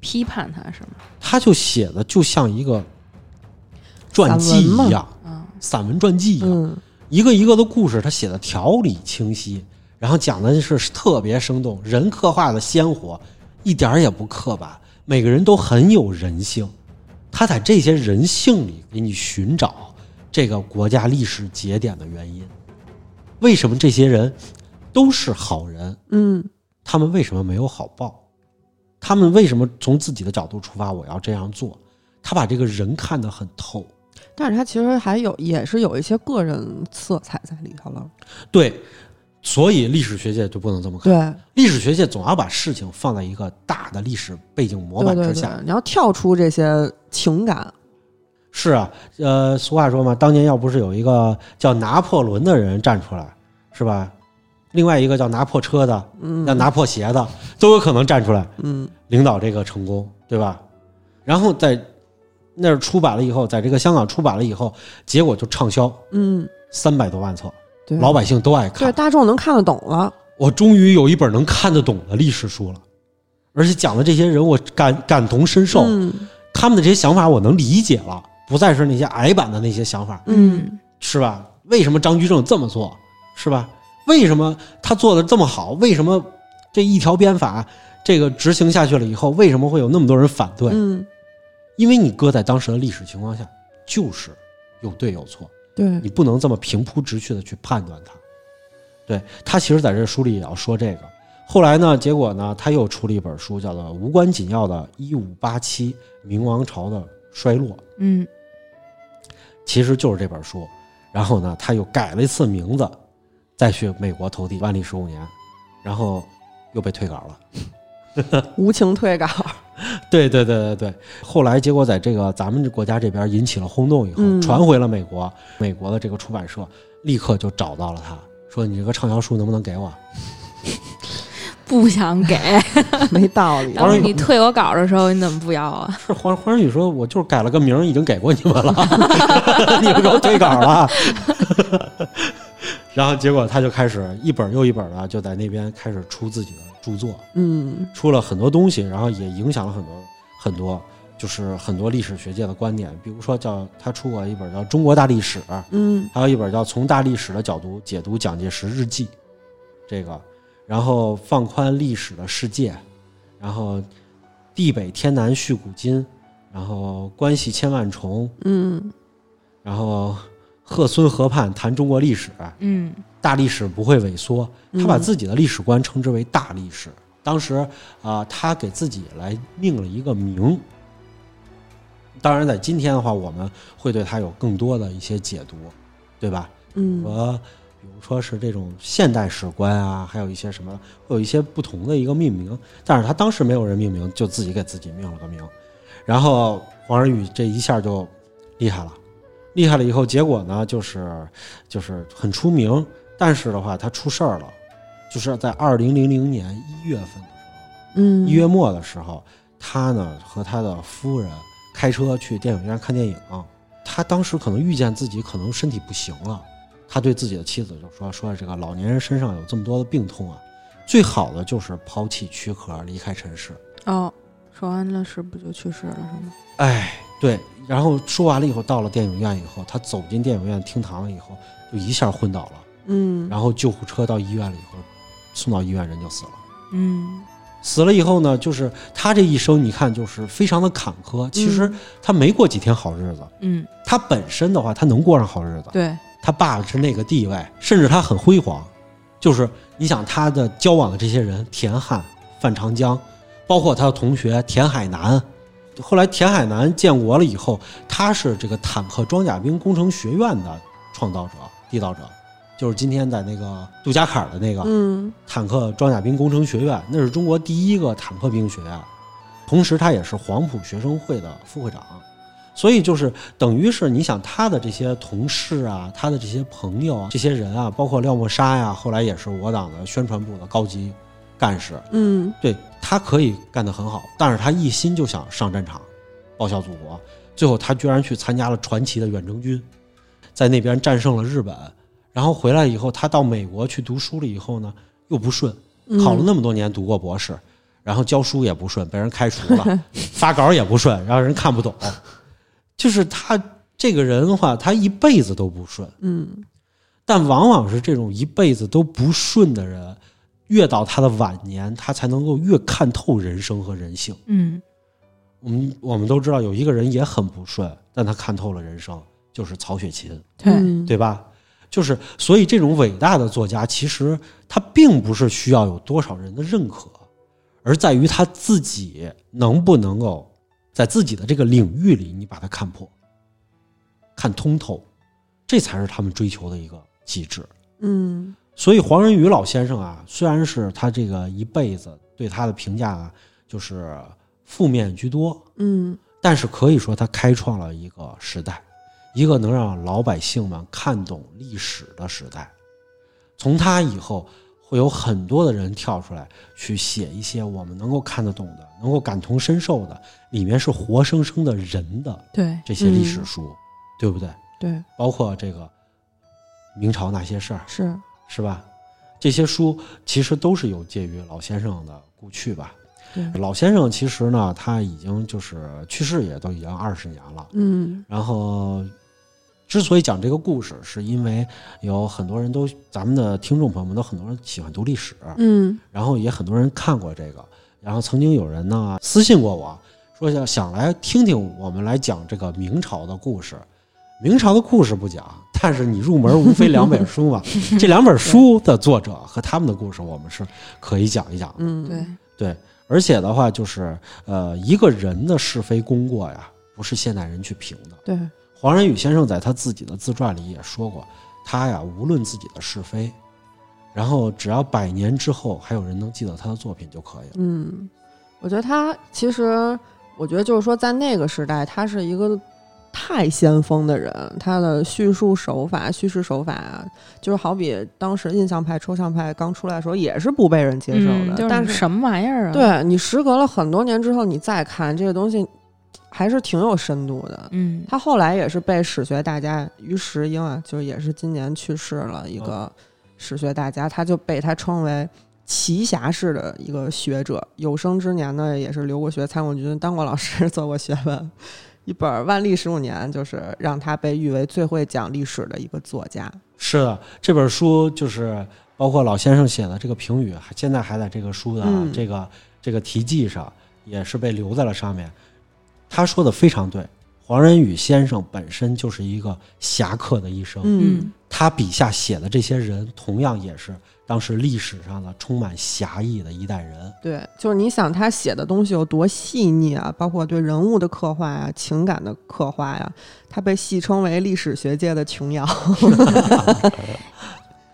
Speaker 2: 批判他是吗？
Speaker 3: 他就写的就像一个传记
Speaker 1: 散文
Speaker 3: 一
Speaker 1: 嘛
Speaker 3: 样，
Speaker 2: 嗯，
Speaker 3: 散文传记一样，
Speaker 1: 嗯
Speaker 3: 一个一个的故事，他写的条理清晰，然后讲的是特别生动，人刻画的鲜活，一点儿也不刻板，每个人都很有人性。他在这些人性里给你寻找这个国家历史节点的原因，为什么这些人都是好人？
Speaker 1: 嗯
Speaker 3: 他们为什么没有好报？他们为什么从自己的角度出发，我要这样做？他把这个人看得很透。
Speaker 1: 但是它其实还有也是有一些个人色彩在里头了。
Speaker 3: 对，所以历史学界就不能这么看。
Speaker 1: 对，
Speaker 3: 历史学界总要把事情放在一个大的历史背景模
Speaker 1: 对
Speaker 3: 板
Speaker 1: 对
Speaker 3: 之下。
Speaker 1: 对，你要跳出这些情感，
Speaker 3: 是啊，呃，俗话说嘛，当年要不是有一个叫拿破仑的人站出来，是吧？另外一个叫拿破车的，
Speaker 1: 嗯
Speaker 3: 叫拿破鞋的，都有可能站出来
Speaker 1: 嗯
Speaker 3: 领导这个成功，对吧？然后在那儿出版了以后，在这个香港出版了以后，结果就畅销
Speaker 1: 嗯，
Speaker 3: 三百多万册，
Speaker 1: 对，
Speaker 3: 老百姓都爱看
Speaker 1: 对。大众能看得懂了，
Speaker 3: 我终于有一本能看得懂的历史书了，而且讲的这些人，我感感同身受。
Speaker 1: 嗯
Speaker 3: 他们的这些想法我能理解了，不再是那些矮板的那些想法，
Speaker 1: 嗯
Speaker 3: 是吧？为什么张居正这么做，是吧？为什么他做的这么好？为什么这一条鞭法这个执行下去了以后，为什么会有那么多人反对？
Speaker 1: 嗯，
Speaker 3: 因为你搁在当时的历史情况下，就是有对有错，
Speaker 1: 对
Speaker 3: 你不能这么平铺直叙的去判断它。对他其实在这书里也要说这个。后来呢，结果呢，他又出了一本书，叫做《无关紧要的1587明王朝的衰落》。
Speaker 2: 嗯
Speaker 3: 其实就是这本书。然后呢，他又改了一次名字，再去美国投递万历十五年，然后又被退稿了。
Speaker 1: 无情退稿，
Speaker 3: 对对对对对。后来结果在这个咱们这国家这边引起了轰动以后，
Speaker 1: 嗯
Speaker 3: 传回了美国，美国的这个出版社立刻就找到了他，说你这个畅销书能不能给我？ *laughs*
Speaker 2: 不想给。
Speaker 1: 没道理。
Speaker 2: 然后你退我稿的时候，你怎么不要啊？
Speaker 3: 是黄黄仁宇说，我就是改了个名儿，已经给过你们了， *laughs* 你们给我退稿了。 *laughs* 然后结果他就开始一本又一本的就在那边开始出自己的著作，
Speaker 1: 嗯
Speaker 3: 出了很多东西，然后也影响了很多很多，就是很多历史学界的观点，比如说叫他出过一本叫《中国大历史》，
Speaker 1: 嗯
Speaker 3: 还有一本叫《从大历史的角度解读蒋介石日记》，这个，然后放宽历史的世界，然后地北天南续古今，然后关系千万重，
Speaker 1: 嗯
Speaker 3: 然后赫孙河畔谈中国历史，
Speaker 2: 嗯
Speaker 3: 大历史不会萎缩，
Speaker 1: 嗯
Speaker 3: 他把自己的历史观称之为大历史。当时啊、他给自己来命了一个名。当然，在今天的话，我们会对他有更多的一些解读，对吧？
Speaker 1: 嗯
Speaker 3: 和比如说是这种现代史观啊，还有一些什么，会有一些不同的一个命名。但是他当时没有人命名，就自己给自己命了个名。然后黄仁宇这一下就厉害了，厉害了以后，结果呢，就是就是很出名，但是的话，他出事儿了，就是在二零零零年一月份的时候，
Speaker 1: 嗯
Speaker 3: 一月末的时候，他呢和他的夫人开车去电影院看电影，他当时可能预见自己可能身体不行了，他对自己的妻子就说说这个老年人身上有这么多的病痛啊，最好的就是抛弃躯壳离开尘世。
Speaker 2: 哦，说完了是不就去世了是吗？
Speaker 3: 哎，对，然后说完了以后，到了电影院以后，他走进电影院厅堂了以后，就一下昏倒了，
Speaker 1: 嗯
Speaker 3: 然后救护车到医院了以后，送到医院人就死了。
Speaker 2: 嗯
Speaker 3: 死了以后呢，就是他这一生，你看就是非常的坎坷。其实他没过几天好日子，
Speaker 2: 嗯，
Speaker 3: 他本身的话，他能过上好日子。
Speaker 2: 对，
Speaker 3: 他爸是那个地位，甚至他很辉煌。就是你想他的交往的这些人，田汉、范长江，包括他的同学田海南。后来田海南建国了以后，他是这个坦克装甲兵工程学院的创造者、缔造者，就是今天在那个杜家坎儿的那个
Speaker 1: 嗯
Speaker 3: 坦克装甲兵工程学院，那是中国第一个坦克兵学院，同时他也是黄埔学生会的副会长，所以就是等于是你想他的这些同事啊，他的这些朋友啊，这些人啊，包括廖沫沙呀、后来也是我党的宣传部的高级干事，
Speaker 1: 嗯
Speaker 3: 对他可以干得很好，但是他一心就想上战场，报效祖国。最后他居然去参加了传奇的远征军，在那边战胜了日本，然后回来以后，他到美国去读书了以后呢，又不顺，
Speaker 1: 嗯，
Speaker 3: 考了那么多年，读过博士，然后教书也不顺，被人开除了，发稿也不顺，让人看不懂。就是他这个人的话，他一辈子都不顺，
Speaker 1: 嗯
Speaker 3: 但往往是这种一辈子都不顺的人，越到他的晚年，他才能够越看透人生和人性。
Speaker 2: 嗯
Speaker 3: 我们我们都知道，有一个人也很不顺，但他看透了人生，就是曹雪芹，
Speaker 2: 对，
Speaker 1: 嗯
Speaker 3: 对吧？就是所以，这种伟大的作家，其实他并不是需要有多少人的认可，而在于他自己能不能够在自己的这个领域里，你把它看破、看通透，这才是他们追求的一个极致。
Speaker 1: 嗯
Speaker 3: 所以黄仁宇老先生啊，虽然是他这个一辈子对他的评价啊，就是负面居多，
Speaker 1: 嗯
Speaker 3: 但是可以说他开创了一个时代，一个能让老百姓们看懂历史的时代。从他以后，会有很多的人跳出来去写一些我们能够看得懂的、能够感同身受的，里面是活生生的人的
Speaker 2: 对
Speaker 3: 这些历史书，对不对？
Speaker 1: 对
Speaker 3: 包括这个明朝那些事儿，
Speaker 1: 是
Speaker 3: 是吧？这些书其实都是有介于老先生的故去吧。
Speaker 1: 对
Speaker 3: 老先生其实呢，他已经就是去世也都已经二十年了。
Speaker 1: 嗯
Speaker 3: 然后，之所以讲这个故事，是因为有很多人都，咱们的听众朋友们都很多人喜欢读历史，
Speaker 1: 嗯
Speaker 3: 然后也很多人看过这个。然后曾经有人呢私信过我，说想想来听听我们来讲这个明朝的故事。明朝的故事不讲，但是你入门无非两本书嘛，这两本书的作者和他们的故事，我们是可以讲一讲的。
Speaker 1: 嗯
Speaker 2: 对，
Speaker 3: 而且的话，就是呃，一个人的是非功过呀，不是现代人去评的。
Speaker 1: 对
Speaker 3: 黄仁宇先生在他自己的自传里也说过，他呀无论自己的是非，然后只要百年之后还有人能记得他的作品就可以了。
Speaker 1: 嗯，我觉得他其实，我觉得就是说，在那个时代，他是一个太先锋的人，他的叙述手法、叙事手法啊，就是好比当时印象派、抽象派刚出来的时候，也是不被人接受的，
Speaker 2: 嗯就是
Speaker 1: 但
Speaker 2: 你什么玩意儿啊？，
Speaker 1: 对你时隔了很多年之后，你再看这个东西，还是挺有深度的。
Speaker 2: 嗯，
Speaker 1: 他后来也是被史学大家于石英啊，就是也是今年去世了一个史学大家，他就被他称为奇侠式的一个学者。有生之年呢，也是留过学、参过军、当过老师、 *laughs* 做过学问。一本《万历十五年》就是让他被誉为最会讲历史的一个作家。
Speaker 3: 是的，这本书就是包括老先生写的这个评语，还现在还在这个书的、
Speaker 1: 嗯
Speaker 3: 这个这个题记上，也是被留在了上面。他说的非常对，黄仁宇先生本身就是一个侠客的一生。
Speaker 1: 嗯
Speaker 3: 他笔下写的这些人，同样也是当时历史上的充满侠义的一代人。
Speaker 1: 对，就是你想他写的东西有多细腻啊，包括对人物的刻画呀、情感的刻画呀、他被戏称为历史学界的琼瑶。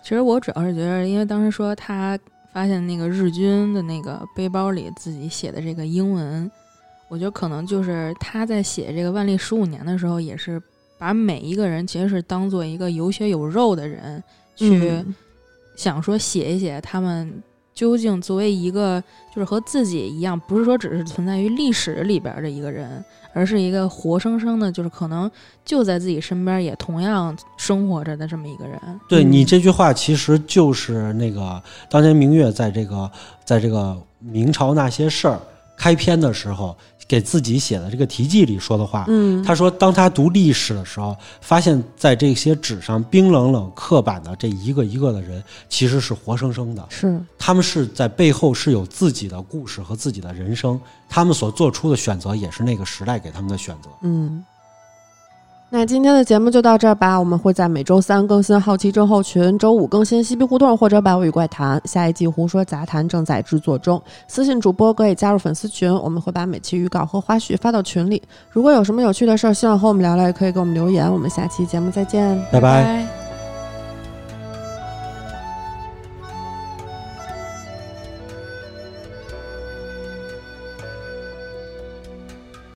Speaker 2: 其实我主要是觉得，因为当时说他发现那个日军的那个背包里自己写的这个英文，我觉得可能就是他在写这个万历十五年的时候，也是把每一个人其实是当做一个有血有肉的人去
Speaker 1: 嗯
Speaker 2: 想说写一写他们。究竟作为一个就是和自己一样，不是说只是存在于历史里边儿的一个人，而是一个活生生的，就是可能就在自己身边，也同样生活着的这么一个人。
Speaker 3: 对
Speaker 1: 嗯
Speaker 3: 你这句话，其实就是那个当年明月在这个在这个明朝那些事儿开篇的时候，给自己写的这个题记里说的话。
Speaker 1: 嗯，
Speaker 3: 他说，当他读历史的时候，发现在这些纸上冰冷冷刻板的这一个一个的人，其实是活生生的，
Speaker 1: 是
Speaker 3: 他们是在背后是有自己的故事和自己的人生，他们所做出的选择也是那个时代给他们的选择。
Speaker 1: 嗯。那今天的节目就到这儿吧，我们会在每周三更新《好奇症候群》，周五更新《西皮胡同》或者《百物语怪谈》。下一季《胡说杂谈》正在制作中，私信主播可以加入粉丝群，我们会把每期预告和花絮发到群里。如果有什么有趣的事儿，希望和我们聊聊，也可以给我们留言。我们下期节目再见。
Speaker 3: 拜拜
Speaker 2: 拜